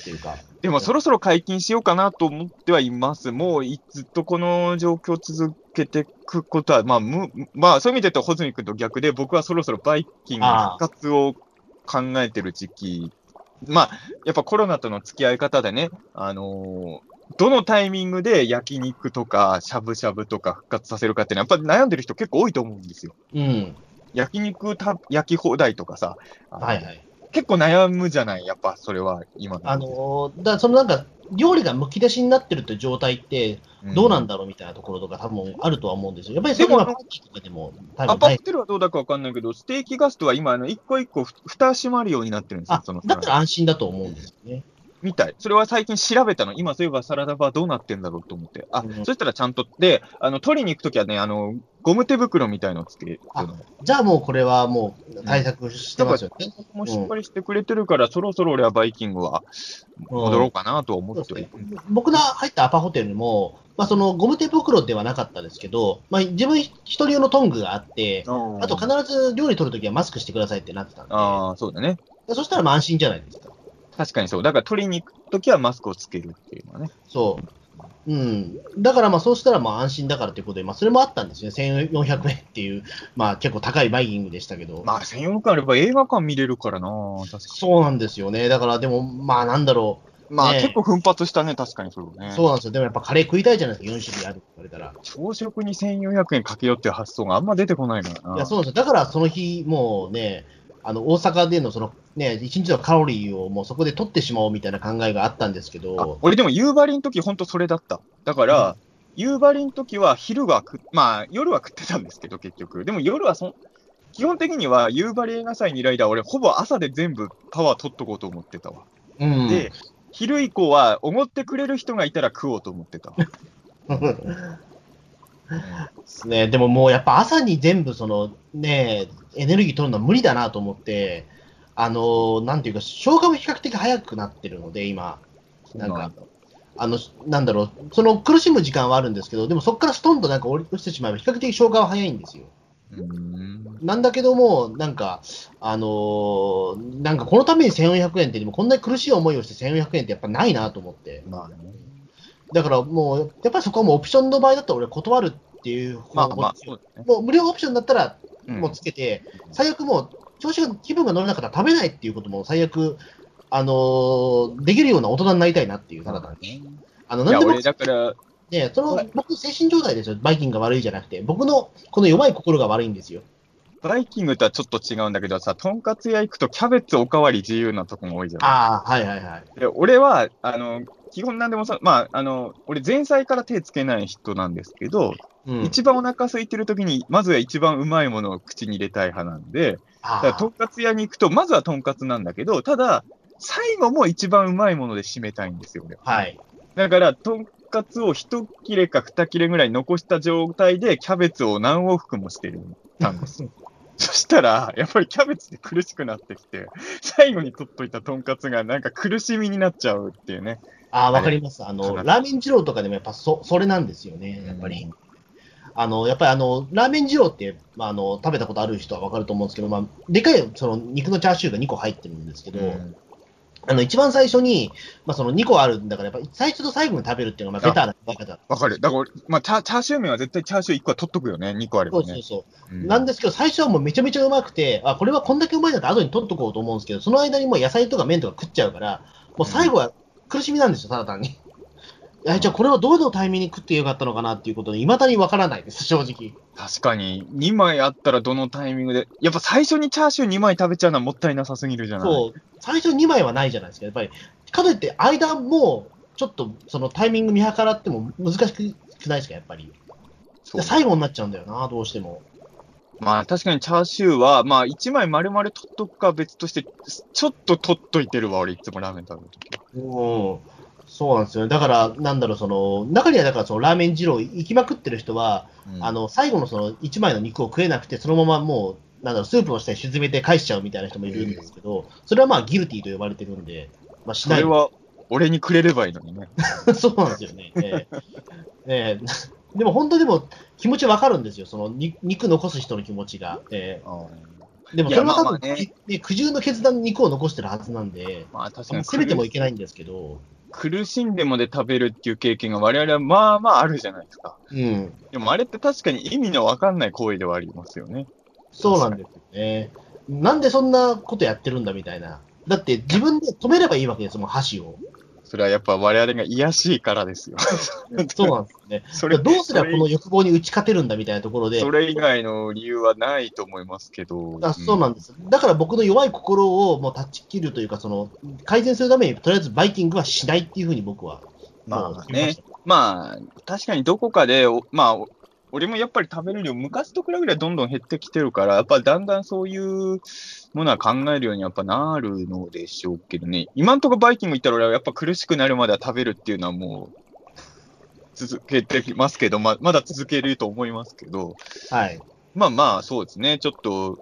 B: っていうか。
C: でもそろそろ解禁しようかなと思ってはいます。もういずっとこの状況を続けていくことは、まあ、む、まあ、そういう意味で言うと、穂積君と逆で、僕はそろそろバイキングの復活を考えてる時期。まあ、やっぱコロナとの付き合い方でね、あのーどのタイミングで焼肉とか、しゃぶしゃぶとか復活させるかっていうのは、やっぱり悩んでる人結構多いと思うんですよ。
B: うん。
C: 焼肉た焼き放題とかさ、あの
B: はいはい。
C: 結構悩むじゃない、やっぱそれは今の。
B: あのーだそのなんか、料理がむき出しになってるって状態って、どうなんだろうみたいなところとか、多分あるとは思うんですよ。やっぱりそれは
C: でも
B: パッキングとかでも、多
C: あ
B: 分
C: パ
B: な
C: ッ
B: い。
C: テルはどうだかわかんないけど、ステーキガストは今、あの、一個一個ふ、蓋閉まるようになってるんですよ
B: あ、
C: その、
B: だったら安心だと思うんですよね。
C: みたい。それは最近調べたの。今、そういえばサラダバーどうなってんだろうと思って。あ、
B: うん
C: そしたらちゃんと、で、あの、取りに行くときはね、あの、ゴム手袋みたいのつけてるの。
B: じゃあもうこれはもう対策してますよね。
C: もうしっかりしてくれてるから、そろそろ俺はバイキングは戻ろうかなとは思
B: そう
C: っ
B: です
C: て
B: ね
C: る。
B: 僕の入ったアパホテルも、まあ、そのゴム手袋ではなかったですけど、まあ、自分一人用のトングがあって、
C: あ
B: あと必ず料理取るときはマスクしてくださいってなってたんで、
C: ああ、そうだね。
B: そしたらまあ安心じゃないですか。
C: 確かにそう。だから取りに行くときはマスクをつけるっていうのはね。
B: そう。うん。だからまあそうしたらまあ安心だからということで、まあそれもあったんですね。1400円っていう、まあ結構高いバイキングでしたけど。
C: まあ、専用館あれば映画館見れるからな確かに。
B: そうなんですよね。だからでもまあなんだろ
C: まあ、
B: ねえ
C: 結構奮発したね、確かにそう
B: う。
C: ね。
B: そうなんですよ。でもやっぱカレー食いたいじゃないですか。4種類あるって言われたら。
C: 朝食に1400円かけようっていう発想があんま出てこないからな。
B: いや、そうなんですよ。だからその日、もうね、あの、大阪でのその、ね、一日のカロリーをもうそこで取ってしまおうみたいな考えがあったんですけ
C: あ
B: ど、
C: 俺でも夕張の時、ほんとそれだった。だから、夕張の時は昼は食っ、まあ、夜は食ってたんですけど、結局。でも夜はそん、基本的には夕張映画祭にいる間、俺ほぼ朝で全部パワー取っとこうと思ってたわ。
B: うん。
C: で、昼以降は、おごってくれる人がいたら食おうと思ってたわ。
B: ですね、でももうやっぱ朝に全部その、ね、エネルギー取るのは無理だなと思って、あのなんていうか、消化も比較的早くなってるので、今、なんか、あの、なんだろう、その苦しむ時間はあるんですけど、でもそこからストンとなんか降り落ちてしまえば、比較的消化は早いんですよ。
C: うーん。
B: なんだけども、なんか、あのーなんかこのために1400円って、でもこんなに苦しい思いをして1400円ってやっぱないなと思って、
C: まあね。
B: だからもう、やっぱりそこはもうオプションの場合だったら俺断るっていう方
C: まあ
B: 法
C: まあ、そうだね。
B: もう無料オプションだったら
C: うん
B: もうつけて、最悪もう調子が、気分が乗らなかったら食べないっていうことも最悪、あのーできるような大人になりたいなっていう、ただ単に。あの、
C: い
B: なん
C: や、
B: でも
C: 俺、だから、
B: ね、その、僕、精神状態ですよ。バイキングが悪いじゃなくて、僕のこの弱い心が悪いんですよ。
C: バイキングとはちょっと違うんだけどさ、とんかつ屋行くとキャベツおかわり自由なとこも多いじゃん。
B: ああ、はいはいはい。
C: で俺は、あの、基本なんでもさ、まあ、あの、俺前菜から手つけない人なんですけど、
B: うん。
C: 一番お腹空いてる時に、まずは一番うまいものを口に入れたい派なんで、だ
B: あ
C: から
B: ー
C: とんかつ屋に行くと、まずはとんかつなんだけど、ただ、最後も一番うまいもので締めたいんですよ、俺は。
B: はい。
C: だから、とんかつを一切れか二切れぐらい残した状態で、キャベツを何往復もしてる。 そしたら、やっぱりキャベツで苦しくなってきて、 最後に取っといたとんかつがなんか苦しみになっちゃうっていうね。
B: ああ、わかります。あ
C: そうな
B: の、
C: ん
B: ラーメン二郎とかでもやっぱそ、それなんですよね、やっぱり。あの、やっぱりあの、ラーメン二郎って、まあ、あの、食べたことある人はわかると思うんですけど、まあ、でかい、その、肉のチャーシューが2個入ってるんですけど、
C: うん
B: あの、一番最初に、まあ、その2個あるんだから、やっぱ、最初と最後に食べるっていうのが、まあ、ベターな食べ方。
C: わかる。だから俺、まあチャ、チャーシュー麺は絶対チャーシュー1個は取っとくよね。2個あれば
B: そ
C: ね
B: う。そうそう。
C: うん
B: なんですけど、最初はもうめちゃめちゃうまくて、あ、これはこんだけうまいんだって後に取っとこうと思うんですけど、その間にもう野菜とか麺とか食っちゃうから、もう最後は苦しみなんですよ、ただ単に。いや、じゃあこれをどのタイミングに食ってよかったのかなっていうことに、いまだにわからないです、正直。
C: 確かに、2枚あったらどのタイミングで、やっぱ最初にチャーシュー2枚食べちゃうのはもったいなさすぎるじゃない
B: そう、最初2枚はないじゃないですか、やっぱり。かといって、間もちょっとそのタイミング見計らっても難しくないですか、やっぱり。
C: そう
B: 最後になっちゃうんだよな、どうしても。
C: まあ確かにチャーシューは、まあ1枚丸々取っとくか別として、ちょっと取っといてるわ、俺いつもラーメン食べるとき。
B: うん。そうなんですよね。だから、なんだろう、その、中にはだから、そのラーメン二郎行きまくってる人は、
C: うん
B: あの、最後のその1枚の肉を食えなくて、そのままもう、なんだろう、スープの下に沈めて返しちゃうみたいな人もいるんですけど、それはまあ、ギルティーと呼ばれてるんで、まあ、し
C: そ
B: ない
C: れは俺にくれればいいのにね。
B: そうなんですよね。ええええでも本当でも気持ちわかるんですよ、そのに肉残す人の気持ちが。ええでも
C: い
B: そ
C: や
B: れは多
C: まあまあ
B: 分、
C: ね
B: ね苦渋の決断に肉を残してるはずなんで、
C: まあ確かに
B: 攻めてもいけないんですけど、
C: 苦しんでまで食べるっていう経験が我々はまあまああるじゃないですか。
B: うん、
C: でもあれって確かに意味のわかんない行為ではありますよね。
B: そうなんですよね。なんでそんなことやってるんだみたいな。だって自分で止めればいいわけですもん、箸を。
C: それはやっぱ我々が癒やしいから ですよ。
B: そうなんですよね。
C: そ
B: だ
C: れ
B: からどうすればこの欲望に打ち勝てるんだみたいなところで、
C: それ以外の理由はないと思いますけど。
B: あそうなんんです、だから僕の弱い心をもう断ち切るというか、その改善するために、とりあえずバイキングはしないっていうふうに僕は、
C: ま
B: もう
C: あ
B: 決め
C: ね
B: まし。た
C: まあ、確かにどこかで、おまあ、お俺もやっぱり食べる量、昔と比べればどんどん減ってきてるから、やっぱだんだんそういうものは考えるようにやっぱなるのでしょうけどね。今んとこバイキング行ったら俺はやっぱ苦しくなるまでは食べるっていうのはもう、続けてますけど、ままだ続けると思いますけど、
B: はい、
C: まあまあ、そうですね。ちょっと、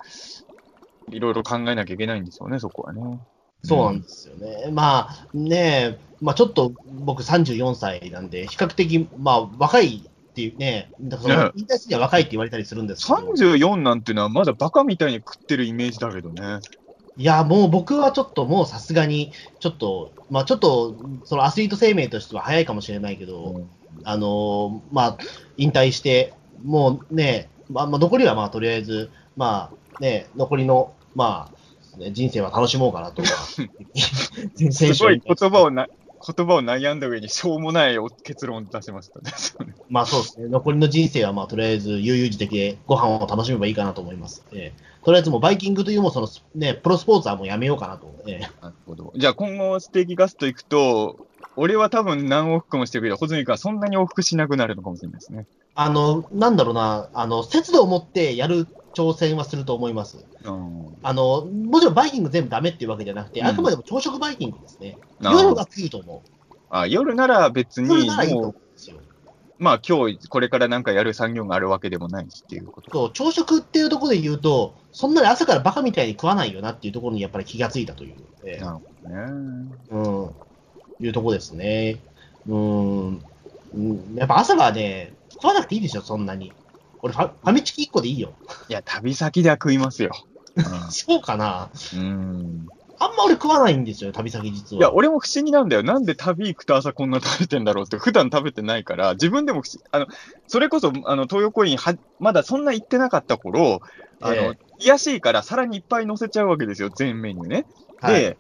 C: いろいろ考えなきゃいけないんですよね、そこはね。
B: そうなんですよね、まあねえ、まあ、ちょっと僕34歳なんで、比較的、まあ、若いっていうね、だからその
C: ね
B: 引退するには若いって言われたりするんですけど、
C: 34なんていうのはまだバカみたいに食ってるイメージだけどね。
B: いや、もう僕はちょっともうさすがに、ちょっと、まあ、ちょっとそのアスリート生命としては早いかもしれないけど、あのーまあ、引退して、もうね、まあ、まあ残りはまあとりあえず、まあね、残りの、まあね、人生は楽しもうかなと か、人生
C: すごい言葉をな言葉を悩んだ上にしょうもないお結論を出しましたね。
B: まあそうですね、残りの人生はまあとりあえず悠々自適でご飯を楽しめばいいかなと思います。ええとりあえずもうバイキングというもうその、ね、プロスポーツはもうやめようかなと。ええ
C: なるほど。じゃあ今後ステーキガスト行くと、俺は多分何往復もしてるけど、穂積君はそんなに往復しなくなるのかもしれないですね。
B: あの、なんだろうな、あの、節度を持ってやる挑戦はすると思います。
C: うん。
B: あの、もちろんバイキング全部ダメっていうわけじゃなくて、
C: うん
B: あくまでも朝食バイキングですね。
C: あ
B: 夜が食うと思う。
C: あ夜なら別
B: 夜
C: に
B: ならいいと思
C: も
B: う
C: う、
B: んですよ。
C: まあ今日これからなんかやる産業があるわけでもないしっていうこと。
B: そう、朝食っていうところで言うと、そんなに朝からバカみたいに食わないよなっていうところにやっぱり気がついたという、ええ
C: なるほどね。
B: うん、いうとこですね。うん、うんやっぱ朝はね、食わなくていいでしょ、そんなに。俺ファ、ファミチキ1個でいいよ。
C: いや、旅先では食いますよ。
B: そうかな。
C: うん。
B: あんま俺食わないんですよ、旅先実
C: いや、
B: は。
C: 俺も不思議なんだよ。なんで旅行くと朝こんな食べてんだろうって、普段食べてないから、自分でも不思議あの、それこそ、あの、東横インは、まだそんな行ってなかった頃、あの、
B: え
C: 癒やしいから皿にいっぱい乗せちゃうわけですよ、全メニューね。
B: はい
C: で、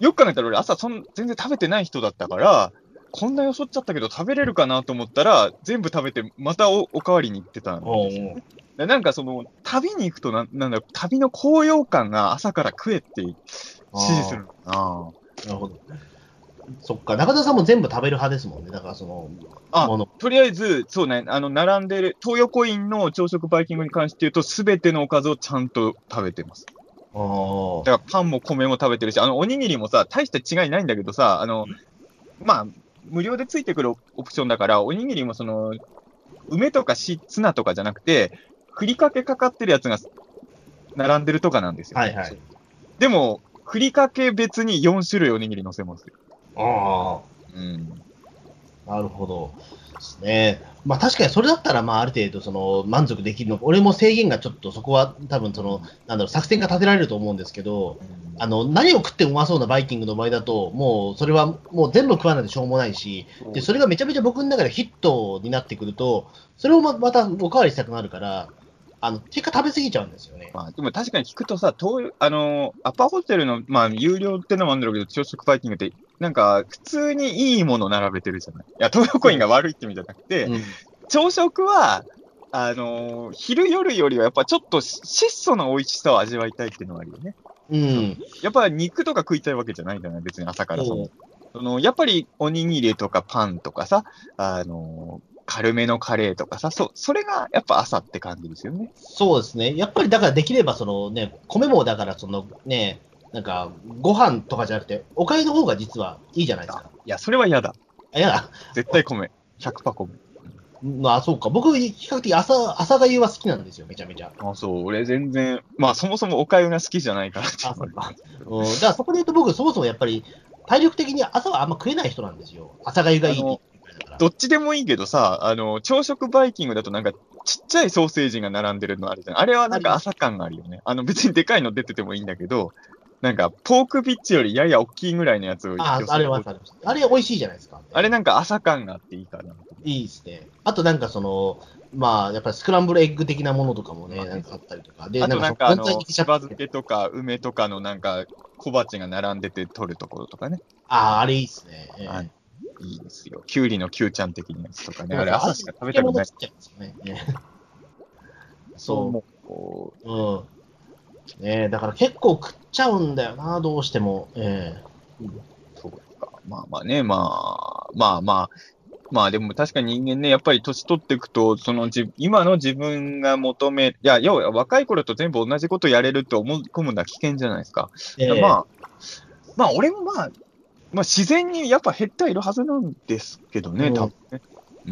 C: よく考えたら俺朝そん、全然食べてない人だったから、こんなよそっちゃったけど食べれるかなと思ったら、全部食べて、またおおかわりに行ってたん
B: おう
C: ですよでなんかその、旅に行くとなん、なんだろう、旅の高揚感が朝から食えって指示するのかな。
B: なるほど。そっか、中田さんも全部食べる派ですもんね、だからその、
C: あ
B: もの
C: とりあえず、そうね、あの、並んでる、東横インの朝食バイキングに関して言うと、すべてのおかずをちゃんと食べてます。
B: あー
C: だからパンも米も食べてるし、あの、おにぎりもさ、大した違いないんだけどさ、あの、まあ、無料でついてくるオプションだから、おにぎりもその、梅とかしツナとかじゃなくて、ふりかけかかってるやつが並んでるとかなんですよ。
B: はいはい。
C: でも、ふりかけ別に4種類おにぎり乗せますよ。
B: ああ。
C: うん。
B: なるほど。ですね。まあ確かにそれだったら、まあある程度その満足できるの。俺も制限がちょっとそこは多分その、なんだろう、作戦が立てられると思うんですけど、あの、何を食ってもうまそうなバイキングの場合だと、もうそれはもう全部食わないとしょうもないし、で、それがめちゃめちゃ僕の中でヒットになってくると、それをままたおかわりしたくなるから、あの、結果食べ過ぎちゃうんですよね。
C: まあ、でも確かに聞くとさ、東洋あのーアパホテルの、まあ、有料ってのもあるんだろうけど、朝食バイキングって、なんか、普通にいいもの並べてるじゃない。いや、東洋コインが悪いって意味じゃなくて、
B: うん
C: 朝食は、あのー昼夜よりはやっぱちょっとし質素な美味しさを味わいたいっていうのはあるよね。
B: うん。
C: やっぱ肉とか食いたいわけじゃないんだよね、別に朝からその
B: そ
C: そのやっぱりおにぎりとかパンとかさ、あの軽めのカレーとかさ、そそれがやっぱ朝って感じですよね。
B: そうですね。やっぱりだからできれば、そのね、米もだから、そのね、なんか、ご飯とかじゃなくて、おかゆの方が実はいいじゃないですか。
C: いや、それは嫌だ。
B: あいや、
C: 絶対米。100パ米。
B: まあそうか。僕、比較的朝、朝がゆは好きなんですよ、めちゃめちゃ。
C: あ、そう、俺全然、まあそもそもお粥が好きじゃないからっていうのもあるんですけど
B: うん、だからそこで言うと僕、そもそもやっぱり、体力的に朝はあんま食えない人なんですよ。朝がゆがいいって言ってくれたから。
C: どっちでもいいけどさ、あの、朝食バイキングだとなんか、ちっちゃいソーセージが並んでるのあるじゃん。あれはなんか朝感があるよね。あの、別にでかいの出ててもいいんだけど、なんか、ポークビッチよりやや大きいぐらいのやつを一
B: あ
C: 応
B: あ、あれはありました。あれ美味しいじゃないですか。
C: あれなんか朝感があっていいかな。
B: いいですね。あとなんかその、まあ、やっぱりスクランブルエッグ的なものとかもね、なんかあったりとか。で、
C: あとなんか、あの、
B: その
C: しば漬けとか梅とかのなんか、小鉢が並んでて取るところとかね。
B: ああ、あれいいですね。ええ
C: はいいいですよ。きゅうりのきゅうちゃん的なやつとかね。あれ
B: なん
C: 朝しか食べたくな
B: 漬け物
C: い。
B: ちっちゃいんですよね。ええそう
C: もうこう。
B: うん。ねえ、だから結構食っちゃうんだよな、どうしても。ええ
C: そうか。まあまあね、まあ、まあまあ。まあでも確かに人間ね、やっぱり年取っていくと、そのじ今の自分が求め、いや、要は若い頃と全部同じことやれると思い込むのは危険じゃないですか。
B: ええ
C: まあ、まあ俺もまあ、まあ自然にやっぱ減ってはいるはずなんですけどね、
B: うん
C: 多分ね。う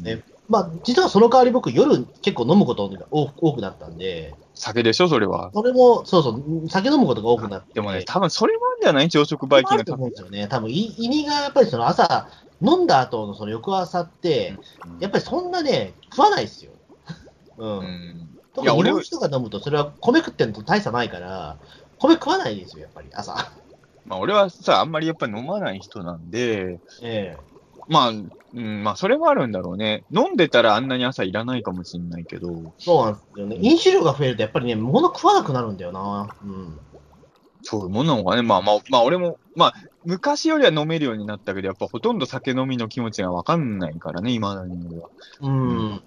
C: ん。
B: ねまあ、実はその代わり僕、夜結構飲むことが多多くなったんで、
C: 酒でしょ、それは。
B: それも、そうそう、酒飲むことが多くなって。
C: でもね、多分それなんじゃない朝食バイキング
B: あると思うんですよね。多分、い胃にがやっぱりその朝、飲んだ後のその翌朝って、やっぱりそんなね、食わないですよ。うん。
C: うん
B: 特
C: いや
B: に日
C: 俺
B: 本酒とか飲むと、それは米食ってんのと大差ないから、米食わないですよ、やっぱり、朝。
C: まあ、俺はさ、あんまりやっぱ飲まない人なんで、
B: ええ
C: まあ、うん、まあ、それもあるんだろうね。飲んでたらあんなに朝いらないかもしんないけど、
B: そうなんですよね。飲酒量が増えると、やっぱりね、物食わなくなるんだよな。うん。
C: そういうもんなのかね。まあまあ、まあ、俺も、まあ、昔よりは飲めるようになったけど、やっぱほとんど酒飲みの気持ちがわかんないからね、今だに俺は。
B: うん。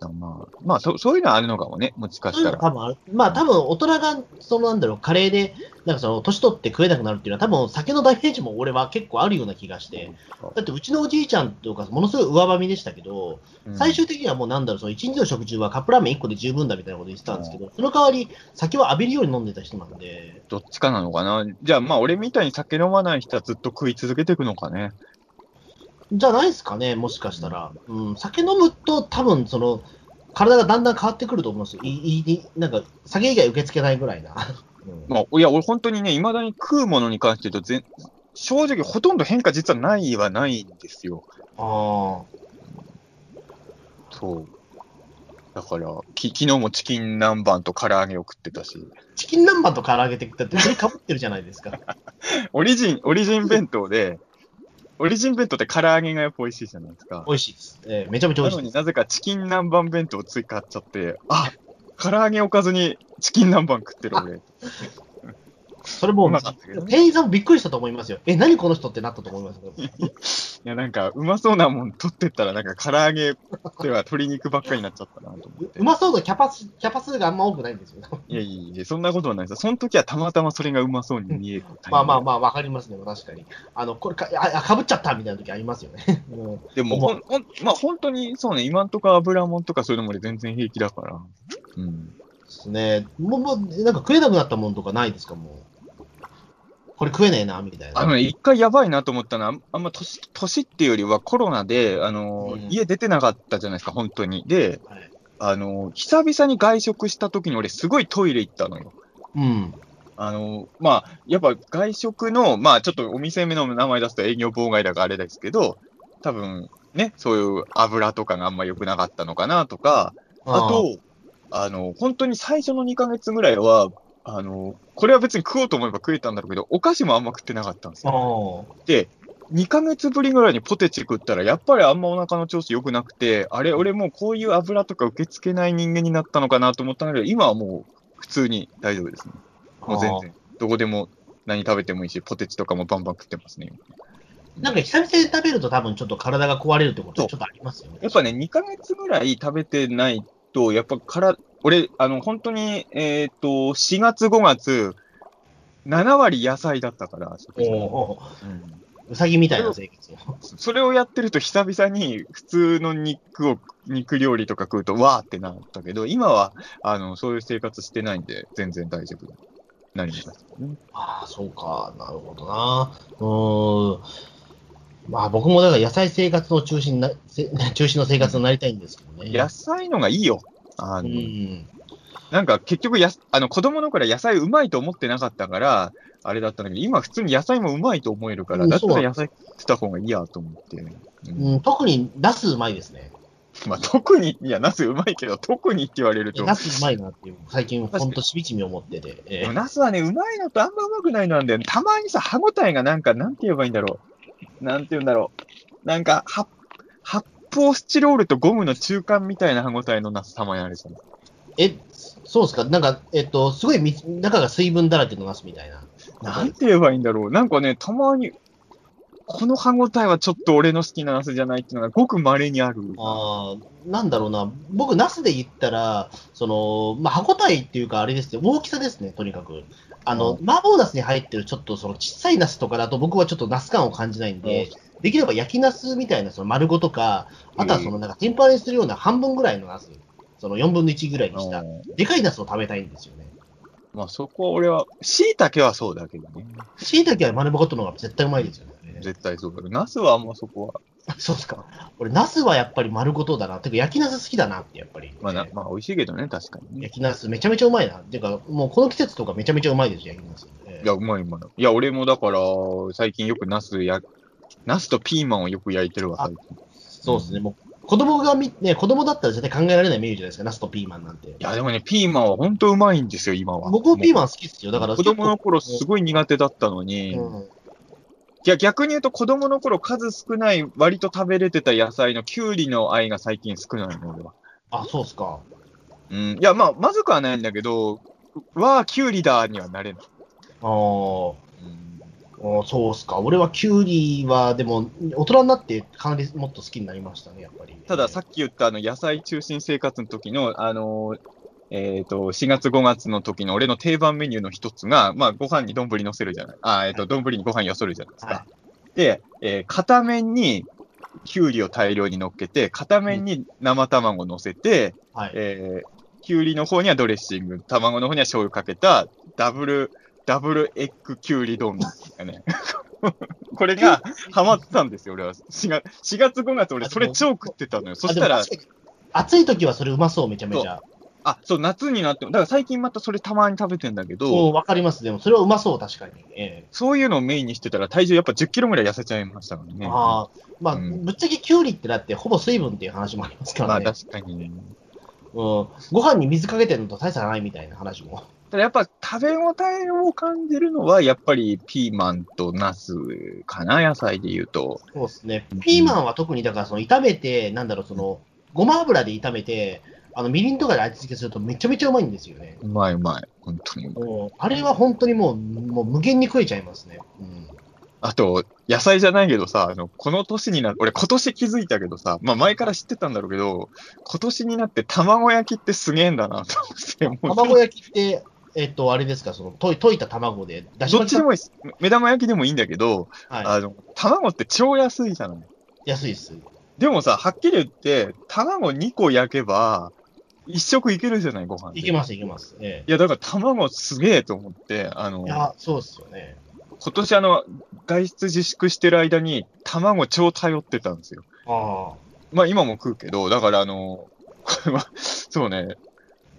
C: だからまあ、まあそ、そういうのはあるのかもね、もしか
B: そう
C: し
B: いう
C: た
B: の
C: ら。
B: 多分ある。まあ多分大人が、そのなんだろう、カレーで、なんかその、年取って食えなくなるっていうのは、多分酒のダメージも俺は結構あるような気がして。だってうちのおじいちゃんとか、ものすごい上ばみでしたけど、
C: うん
B: 最終的にはもうなんだろう、その一日の食事はカップラーメン1個で十分だみたいなこと言ってたんですけど、その代わり酒は浴びるように飲んでた人なんで、
C: どっちかなのかな。じゃあ、まあ、俺みたいに酒飲まない人はずっと食い続けていくのかね。
B: じゃないですかね、もしかしたら。うん、酒飲むと多分その、体がだんだん変わってくると思いますよ。いいいなんか、酒以外受け付けないぐらいな。うん
C: まあ、いや、俺本当にね、未だに食うものに関して言うと全、正直ほとんど変化実はないはないんですよ。
B: ああ、
C: そう。だから、き昨日もチキン南蛮と唐揚げを食ってたし、
B: チキン南蛮と唐揚げって食ったって、それかぶってるじゃないです か。
C: オリジン、オリジン弁当で、オリジン弁当って唐揚げがやっぱ美味しいじゃないですか。
B: 美味しいです。えーめちゃめちゃ美
C: な
B: 味し
C: の
B: いで
C: に
B: す。
C: なぜかチキン南蛮弁当を追加買っちゃって、あ唐揚げおかずにチキン南蛮食ってる俺。
B: それも
C: う
B: う
C: まかったけどね
B: 店員さんもびっくりしたと思いますよ。え、何この人ってなったと思いますよ。
C: いや、なんか、うまそうなもん取ってったら、なんか唐揚げでは鶏肉ばっかりになっちゃったなと思っ
B: う
C: て
B: う。まそうとキャパス、キャパ数があんま多くないんですよ。
C: いやいやいや、そんなことはないです。その時はたまたまそれがうまそうに見える。
B: まあまあまあ、わかりますね、確かに。あの、これか、あ、あかぶっちゃったみたいな時ありますよね。 うん
C: あ。でもほん、ほん、まあ本当に、そうね、今んとこ油もんとかそういうのも俺全然平気だから。うん。
B: ですね。もう、もう、なんか食えなくなったものとかないですか、もう。これ食えねえな、みたいな。
C: あのね、一回やばいなと思ったのは、あんま年、年っていうよりはコロナで、あのー、
B: うん
C: 家出てなかったじゃないですか、本当に。で、
B: はい
C: あのー、久々に外食した時に俺すごいトイレ行ったのよ。
B: うん。
C: あの、まあ、やっぱ外食の、まあ、ちょっとお店の名前出すと営業妨害だからあれですけど、多分、ね、そういう油とかがあんま良くなかったのかなとか、あと、あの、本当に最初の2ヶ月ぐらいは、あの、これは別に食おうと思えば食えたんだろうけど、お菓子もあんま食ってなかったんです
B: あ
C: よ。
B: ー、
C: で、2ヶ月ぶりぐらいにポテチ食ったら、やっぱりあんまお腹の調子良くなくて、あれ、俺もうこういう油とか受け付けない人間になったのかなと思ったんだけど、今はもう普通に大丈夫ですね。もう全然、どこでも何食べてもいいし、ポテチとかもバンバン食ってますね。今
B: あー。なんか久々に食べると多分ちょっと体が壊れるってことはちょっとありますよね。
C: やっぱね、2ヶ月ぐらい食べてないと、やっぱから、俺、あの、本当に、えっ、と、4月、5月、 7割野菜だったから、食事が
B: おう
C: うん
B: うさぎみたいな生活を。
C: そそれをやってると久々に普通の肉を、肉料理とか食うとわーってなったけど、今は、あの、そういう生活してないんで、全然大丈夫になりましたね。
B: ああ、そうか、なるほどな。うーん。まあ僕もだから野菜生活の中心な、せ 中心の生活になりたいんですけどね。
C: 野菜のがいいよ。あ
B: う
C: の、
B: ん。
C: なんか結局やす、あの、子供の頃は野菜うまいと思ってなかったから、あれだったんだけど、今普通に野菜もうまいと思えるから、
B: うん
C: だった
B: そう
C: ら野菜食ってた方がいいやと思って。うん
B: うん、特に、ナスうまいですね。
C: まあ、特に、いや、ナスうまいけど、特にって言われると。
B: ナスうまいなっていう、最近
C: かに
B: ほんとしみちみ思ってて。え
C: でも
B: え
C: ナスはね、うまいのとあんまうまくないのなんだよね。たまにさ、歯ごたえがなんか、なんて言えばいいんだろう。なんて言うんだろう。なんか、は発泡スチロールとゴムの中間みたいな歯ごたえのナスたまにあるじゃん。
B: え、そうですかなんか、えっと、すごいみ中が水分だらけのナスみたいな。
C: なんて言えばいいんだろう。なんかね、たまに、この歯ごたえはちょっと俺の好きなナスじゃないっていうのがごく稀にある。
B: あーなんだろうな、僕、ナスで言ったら、そのまあ、歯ごたえっていうか、あれですね、大きさですね、とにかく。あの、
C: う
B: 麻婆ナスに入ってるちょっとその小さいナスとかだと、僕はちょっとナス感を感じないんで、できれば焼きナスみたいなその丸ごとか、あとはそのなんか天ぷらにするような半分ぐらいのナス、その4分の1ぐらいにした
C: う、ん
B: でかいナスを食べたいんですよね。
C: まあそこは俺は、椎茸はそうだけどね。
B: しいたけは丸ごとの方が絶対うまいですよね。
C: 絶対そうだけど、ナスはあんまそこは、
B: そうですか。俺、ナスはやっぱり丸ごとだな。てか、焼きナス好きだなって、やっぱり。
C: まあな、まあ美味しいけどね、確かにね。
B: 焼きナスめちゃめちゃうまいな。っていうか、もうこの季節とかめちゃめちゃうまいですよ、焼きナス。ええ
C: いや、うまいうまい。いや、俺もだから、最近よくナスや、ナスとピーマンをよく焼いてるわ、
B: あ
C: 最近。い
B: そうですね。もう子供が見、ね、子供だったら絶対考えられないメニューじゃないですか、ナスとピーマンなんて。
C: や、でもね、ピーマンは本当うまいんですよ、今は。
B: 僕もピーマ
C: ン
B: ン好きですよ。だから、
C: 子供の頃すごい苦手だったのに、
B: うん
C: いや、逆に言うと子供の頃数少ない、割と食べれてた野菜のキュウリの愛が最近少ないの、俺は。
B: あ、そうですか。
C: うん。いや、まあ、まずくはないんだけど、わあ、キュウリだにはなれない。
B: あーあー、そうですか。俺はキュウリは、でも、大人になって管理もっと好きになりましたね、やっぱり。
C: ただ、さっき言ったあの野菜中心生活の時の、あのーえっ、と、4月5月の時の俺の定番メニューの一つが、まあ、ご飯に丼乗せるじゃない。あ、えっ、と、丼にご飯よそるじゃないですか。
B: は
C: で、えー片面に、きゅうりを大量に乗っけて、片面に生卵を乗せて、
B: はい。
C: えー、きゅうりの方にはドレッシング、卵の方には醤油かけた、ダブル、ダブルエッグきゅうり丼だね。 これが、ハマってたんですよ、俺は。4月、4月5月、俺、それ超食ってたのよ。そした
B: あ
C: ら、
B: でも確かに暑い時はそれうまそう、めちゃめちゃ。
C: あ、そう、夏になっても、だから最近またそれたまに食べてんだけ
B: そ
C: ど、
B: う、わかります。でも、それはうまそう、確かに。ええ
C: そういうのをメインにしてたら、体重やっぱ10キロぐらい痩せちゃいましたからね。
B: ああ、まあ、
C: うん
B: ぶっちゃけきゅうりってだって、ほぼ水分っていう話もありますか
C: ま
B: ら
C: あ
B: ね。
C: 確かに。
B: うん、ご飯に水かけてるのと大差ないみたいな話も。
C: ただやっぱ食べ応えを感じるのは、やっぱりピーマンとナスかな、野菜で言うと。
B: そうですね
C: うん。
B: ピーマンは特に、だから、その炒めて、なんだろう、その、ごま油で炒めて、あの、みりんとかで味付けするとめちゃめちゃうまいんですよね。
C: うまいうまい。本当にうまい。
B: もう、あれは本当にもう、もう無限に食えちゃいますね。うん。
C: あと、野菜じゃないけどさ、あの、この年にな俺今年気づいたけどさ、まあ前から知ってたんだろうけど、今年になって卵焼きってすげえんだなと思って、もう
B: 卵焼きって、えっと、あれですか、その、と溶いた卵で、だし
C: どっ
B: 巻き
C: ちでもいいです。目玉焼きでもいいんだけど、
B: は
C: あの、卵って超安いじゃない。
B: い、安いです。
C: でもさ、はっきり言って、卵2個焼けば、1食いけるじゃない、ご飯で。
B: いけます、いけます。え
C: いや、だから卵すげえと思って、あの
B: え。い、や、そうですよね。
C: 今年あの、外出自粛してる間に、卵超頼ってたんですよ。
B: ああ。
C: まあ今も食うけど、だからあの、 これは、そうね、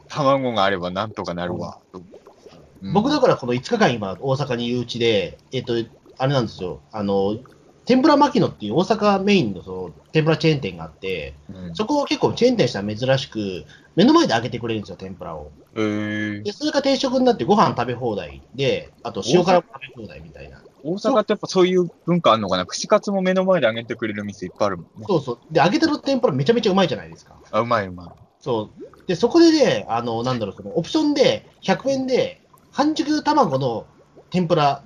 C: 卵があればなんとかなるわ。うん
B: 僕だからこの5日間今大阪にいるうちで、えっ、と、あれなんですよ、あの、天ぷら牧野っていう大阪メインのその天ぷらチェーン店があって、
C: うん
B: そこを結構チェーン店したら珍しく、目の前で揚げてくれるんですよ、天ぷらを。
C: えー
B: で、それが定食になってご飯食べ放題で、あと塩辛も食べ放題みたいな。
C: 大阪ってやっぱそういう文化あんのかな串カツも目の前で揚げてくれる店いっぱいあるもんね。
B: そうそう。で、揚げたの天ぷらめちゃめちゃうまいじゃないですか。
C: あ、うまいうまい。
B: そう。で、そこでね、あの、なんだろう、そのオプションで100円で半熟卵の天ぷら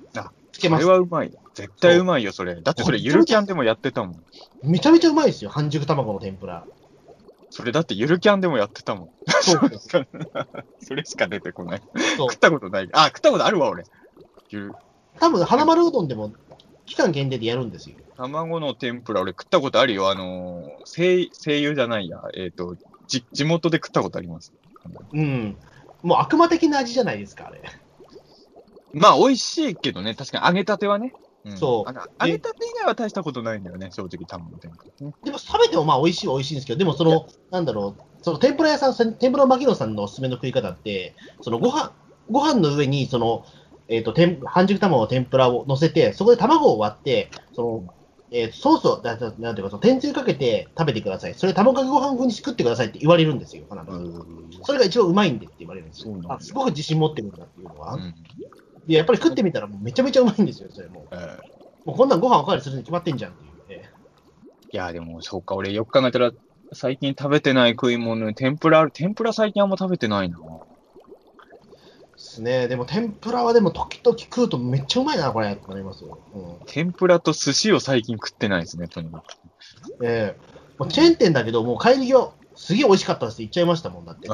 B: つけ
C: そ
B: ま
C: れ
B: す。
C: はうまい。絶対うまいよ、それ。だってそれ、ゆるキャンでもやってたもん。
B: めちゃめちゃうまいですよ、半熟卵の天ぷら。
C: それだってゆるキャンでもやってたもん。
B: そう
C: それしか出てこない。
B: そう
C: 食ったことない。あ、食ったことあるわ、俺。牛、
B: 多分、花丸うどんでも期間限定でやるんですよ。
C: 卵の天ぷら、俺食ったことあるよ。あのー、声声優じゃないや。えっ、と、じ、地元で食ったことあります。
B: うん。もう悪魔的な味じゃないですか、あれ。
C: まあ、美味しいけどね。確かに揚げたてはね。うん
B: そう
C: あの揚げたて以外は大したことないんだよね、正直、卵の天ぷらね。
B: でも食べてもまあ美味しいは美味しいんですけど、でもその、なんだろう、その天ぷら屋さん、天ぷら牧野さんのおすすめの食い方って、そのご飯、ご飯の上に、その、えっ、と、天半熟卵の天ぷらを乗せて、そこで卵を割って、その、えーソースを、だだなんていうか、その天つゆかけて食べてください。それ卵かけご飯風に作ってくださいって言われるんですよ、花丸それが一番うまいんでって言われるんです
C: そう
B: よ
C: なん。だ
B: あすごく自信持ってるんだっていうのは。
C: うん
B: でやっぱり食ってみたらもうめちゃめちゃうまいんですよ、それも
C: えー
B: う。もうこんなんご飯おかわりするに決まってんじゃんっていうね。
C: いや、でも、そうか、俺、よく考えたら、最近食べてない食い物、天ぷらある、天ぷら最近あんま食べてないな。
B: ですね。でも天ぷらはでも時々食うとめっちゃうまいな、これ、とかなりますよ。うん、
C: 天ぷらと寿司を最近食ってないですね、とにかく。
B: ええもうチェーン店だけど、もう帰り際、すげえ美味しかったですって言っちゃいましたもんだって。
C: う。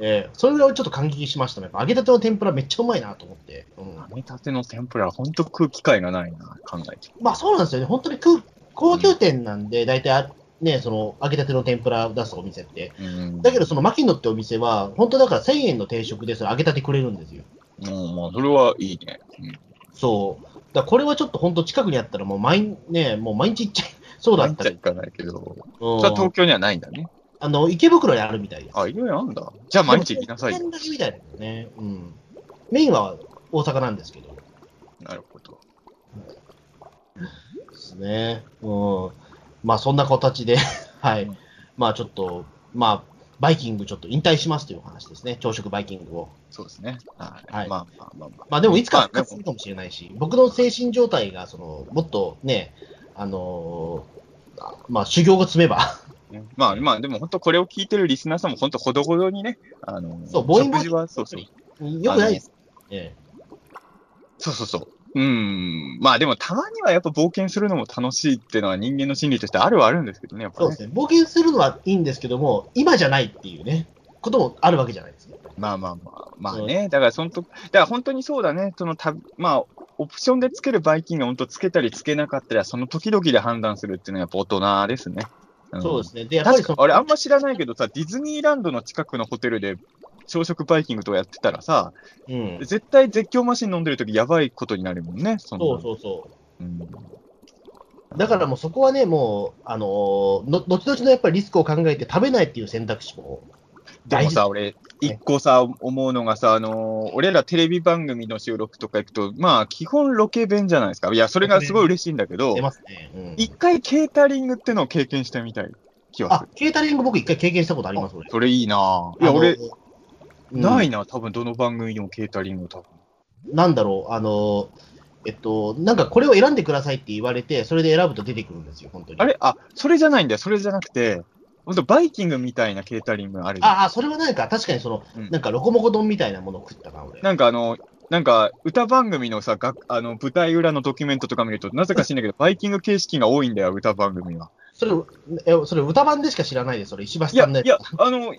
B: ええそれぐらいちょっと感激しましたね。やっぱ揚げたての天ぷらめっちゃうまいなと思って。うん、
C: 揚げたての天ぷら、ほんと食う機会がないな、考えて。
B: まあそうなんですよね。本当に食う高級店なんで、大体あ、ね、その揚げたての天ぷらを出すお店って。
C: うん。
B: だけど、その牧野ってお店は、本当だから1000円の定食でそれ揚げたてくれるんですよ。
C: うん、まあ、それはいいね。うん
B: そう。だからこれはちょっと本当近くにあったらもう毎、ね、もう毎日行っちゃい そうだ
C: 毎
B: っ
C: 日
B: た
C: は
B: ら。
C: 行かないけど、
B: うん
C: それは東京にはないんだね。
B: あの、池袋にあるみたいです。
C: あ、いろいろあんだ。じゃあ、毎日行きなさい
B: で
C: よ。
B: もその辺だけみたいですね。うん。メインは大阪なんですけど。
C: なるほど。
B: ですね。うん。まあ、そんな形で、 はい。まあ、ちょっと、まあ、バイキングちょっと引退しますというお話ですね。朝食バイキングを。
C: そうですね。はい。
B: はい
C: まあまあまあまあ。
B: まあ、でもいつか復
C: まあ
B: 活するかもしれないし、僕の精神状態が、その、もっとね、あのーあまあ、修行が積めば、
C: ねまあまあ、でも本当これを聞いてるリスナーさんも本当ほどほどにね、あの、
B: そうボインボイン
C: 食事は、そうそう。
B: よくないです。ええ
C: そうそうそう。うん。まあでもたまにはやっぱ冒険するのも楽しいっていうのは人間の心理としてあるはあるんですけどね、やっぱ
B: そう
C: ね。
B: ですね。冒険するのはいいんですけども、今じゃないっていうね、こともあるわけじゃないですか。
C: まあまあまあ、まあね。だからそのと、だから本当にそうだね。そのた、まあ、オプションでつけるバイキングを本当つけたりつけなかったりは、その時々で判断するっていうのはやっぱ大人ですね。ん
B: そうですね。で、やっぱり
C: 確
B: そ
C: か
B: の、
C: 俺あんま知らないけどさ、ディズニーランドの近くのホテルで朝食バイキングとかやってたらさ、
B: うん、
C: 絶対絶叫マシン飲んでる時やばいことになるもんね。そんな
B: そうそうそ
C: うん
B: う。だからもうそこはね、もう、あのーの、後々のやっぱりリスクを考えて食べないっていう選択肢も、
C: で
B: 大
C: も
B: 事
C: さ、俺、一個さ、思うのがさ、あのー俺らテレビ番組の収録とか行くと、まあ、基本ロケ弁じゃないですか。いや、それがすごい嬉しいんだけど
B: 出、ますね。うん、
C: 一回ケータリングってのを経験してみたい気はす
B: あ
C: る。、
B: ケータリング僕一回経験したことあります、俺。
C: それいいなぁ。いや、
B: あ
C: 俺、
B: のー、、
C: ないいな、多分どの番組でもケータリング多分。
B: なんだろう、あのーえっと、なんかこれを選んでくださいって言われて、それで選ぶと出てくるんですよ、本当に。
C: あれあ、それじゃないんだよ。それじゃなくて、ほんとバイキングみたいなケータリングあるじゃん。
B: ああ、それはないか。確かにその、
C: うん
B: なんかロコモコ丼みたいなものを食ったな、俺。
C: なんかあの、なんか歌番組のさ、があの舞台裏のドキュメントとか見ると、なぜか知んないけど、バイキング形式が多いんだよ、歌番組は。
B: それ、え、それ歌版でしか知らないです、それ。石橋
C: いや、
B: さんのや
C: い
B: つ
C: や。、あの、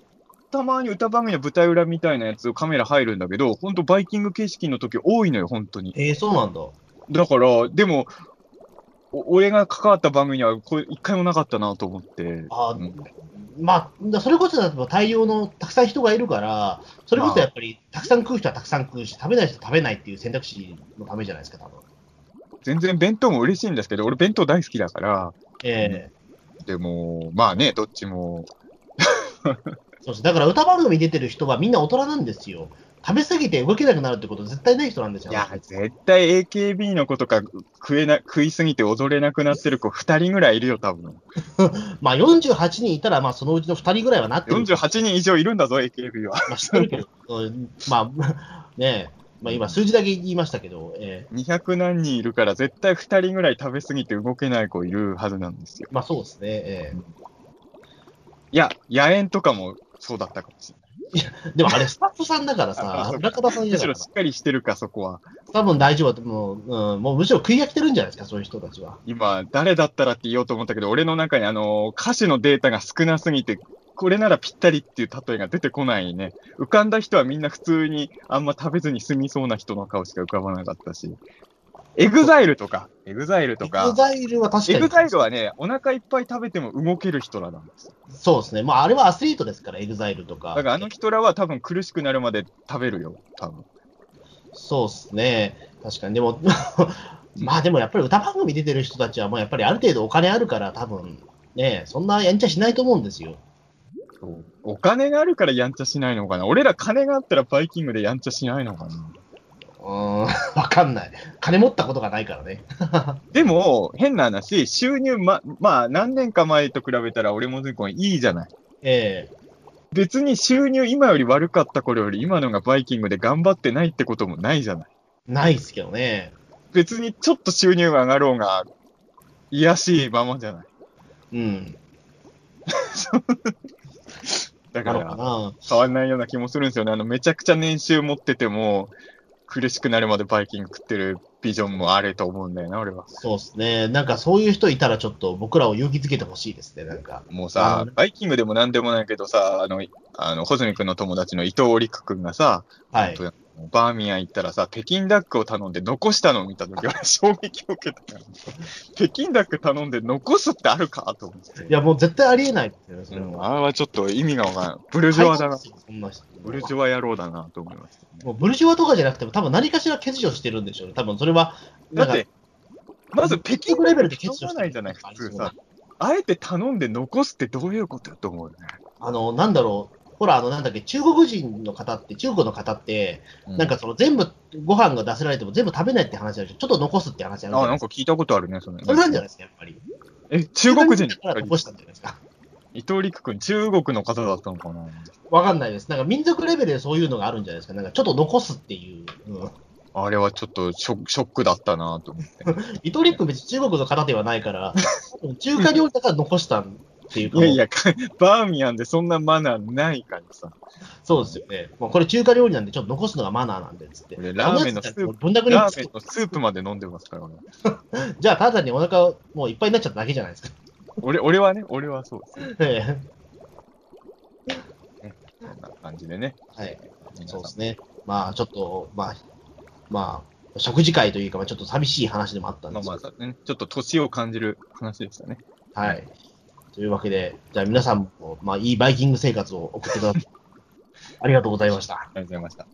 C: たまに歌番組の舞台裏みたいなやつをカメラ入るんだけど、ほんとバイキング形式の時多いのよ、本当に。
B: えー、そうなんだ。
C: だから、でも、お俺が関わった番組にはこれ一回もなかったなと思って。
B: あー
C: うん
B: まあ、だそれこそだと大量のたくさん人がいるから、それこそやっぱり、たくさん食う人はたくさん食うし、食べない人は食べないっていう選択肢のためじゃないですか、多分
C: 全然弁当も嬉しいんですけど、俺弁当大好きだから、
B: ええ
C: でも、まあね、どっちも。
B: そうですだから歌番組に出てる人はみんな大人なんですよ。食べ過ぎて動けなくなるってこと絶対ない人なんですよ。
C: いや、絶対 AKB の子とか食えな、食いすぎて踊れなくなってる子2人ぐらいいるよ、多分。
B: まあ48人いたら、まあそのうちの2人ぐらいはなってる。
C: 48人以上いるんだぞ、AKB は。
B: まあ知ってるけど、 うんまあ、 ねえ、まあ今数字だけ言いましたけど、ええ
C: 200何人いるから、絶対2人ぐらい食べ過ぎて動けない子いるはずなんですよ。
B: まあそうですね。ええ
C: いや、野猿とかもそうだったかもしれない。
B: でもあれスタッフさんだから
C: あ
B: さ、
C: そうか
B: 裏方さんじ
C: む
B: ゃな
C: し
B: い
C: ろしっかりしてるか、そこは。
B: 多分大丈夫だと思う。うん、もうむしろ食い飽きてるんじゃないですか、そういう人たちは。
C: 今、誰だったらって言おうと思ったけど、俺の中にあの、歌詞のデータが少なすぎて、これならぴったりっていう例えが出てこないね。浮かんだ人はみんな普通にあんま食べずに済みそうな人の顔しか浮かばなかったし。エグザイルとか、エグザイルと
B: エグ
C: か、
B: ザイルは確
C: エグ
B: か
C: ザ
B: に
C: イ。ルはね、お腹いっぱい食べても動ける人らなんですよ。
B: そうですね。まあ、あれはアスリートですから、エグザイルとか。
C: だからあの人らは多分苦しくなるまで食べるよ、多分。
B: そうですね。確かに。でも、 まあでもやっぱり歌番組出てる人たちは、もうやっぱりある程度お金あるから、多分ね、そんなやんちゃしないと思うんですよ。
C: お金があるからやんちゃしないのかな。俺ら金があったらバイキングでやんちゃしないのかな。
B: うーん、 わかんない。金持ったことがないからね。
C: でも、変な話、収入ま、まあ何年か前と比べたら俺もずいこんいいじゃない。
B: ええ
C: 別に収入今より悪かった頃より今のがバイキングで頑張ってないってこともないじゃない。
B: ないですけどね。
C: 別にちょっと収入が上がろうが、癒やしいままじゃない。
B: うん。
C: だ
B: な
C: か、
B: のからな。
C: 変わんないような気もするんですよね。あの、めちゃくちゃ年収持ってても、苦しくなるまでバイキング食ってるビジョンもあると思うんだよな、俺は。
B: そうですね。なんかそういう人いたら、ちょっと僕らを勇気づけてほしいですね、なんか。
C: もう
B: あ
C: さ
B: の、
C: バイキングでもなんでもないけどさ、あの、あの、ホズミ君の友達の伊藤織久君がさ、
B: はい。
C: バーミヤン行ったらさ、北京ダックを頼んで残したのを見た ときは衝撃を受けたから、北京ダック頼んで残すってあるかと思って。
B: いや、もう絶対ありえないですよね、それ
C: うん
B: は。
C: あれはちょっと意味がわからん。ブルジョワだな。
B: そんな人
C: ブルジョワ野郎だなと思いました、ね。
B: もうブルジョワとかじゃなくても、多分何かしら欠如してるんでしょうね。多分それは、
C: だ
B: なん
C: っ
B: か
C: て、まず北京
B: レベルで欠如
C: 頼
B: して
C: まな
B: る
C: いじゃない、普通
B: そう
C: さ。あえて頼んで残すってどういうことだと思うよね。
B: あの、なんだろう、ほら、あの、なんだっけ、中国人の方って、中国の方って、なんか、その全部、ご飯が出せられても全部食べないって話あるでしょ、ちょっと残すって話あ
C: あ、
B: るじゃ
C: な
B: ない
C: んか聞いたことあるね、それ。
B: それなんじゃないですか、やっぱり。
C: え、中国人
B: だから残したんじゃないですか。
C: 伊藤陸君、中国の方だったのかな
B: わかんないです。なんか民族レベルでそういうのがあるんじゃないですか。なんかちょっと残すっていう。うん、
C: あれはちょっとショショックだったなと思って。
B: イトリック別に中国の方ではない から、中華料理だから残したっていうか
C: いやいや、かバーミヤンでそんなマナーないからさ。
B: そうですよね。もうこれ中華料理なんで、ちょっと残すのがマナーなんで、つって。
C: 俺ラーメンのスー
B: あ
C: プ
B: んなやつだったらぶん殴りに
C: ラ
B: つ
C: ーメ
B: く
C: ンのスープまで飲んでますから、俺。
B: じゃあ、ただにお腹もういっぱいになっちゃっただけじゃないですか。
C: 俺俺はね、俺はそうです。
B: ええ
C: こんな感じでね。
B: はい。
C: 皆さ
B: そ
C: ん
B: うですね。まあ、ちょっと、まあ、まあ、食事会というか、まあちょっと寂しい話でもあったん
C: ま
B: で
C: あ
B: すけど
C: まあ、さねちょっと年を感じる話でしたね。
B: はい。というわけで、じゃ あ皆さんも、まあ、いいバイキング生活を送ってください。ありがとうございました。
C: ありがとうございました。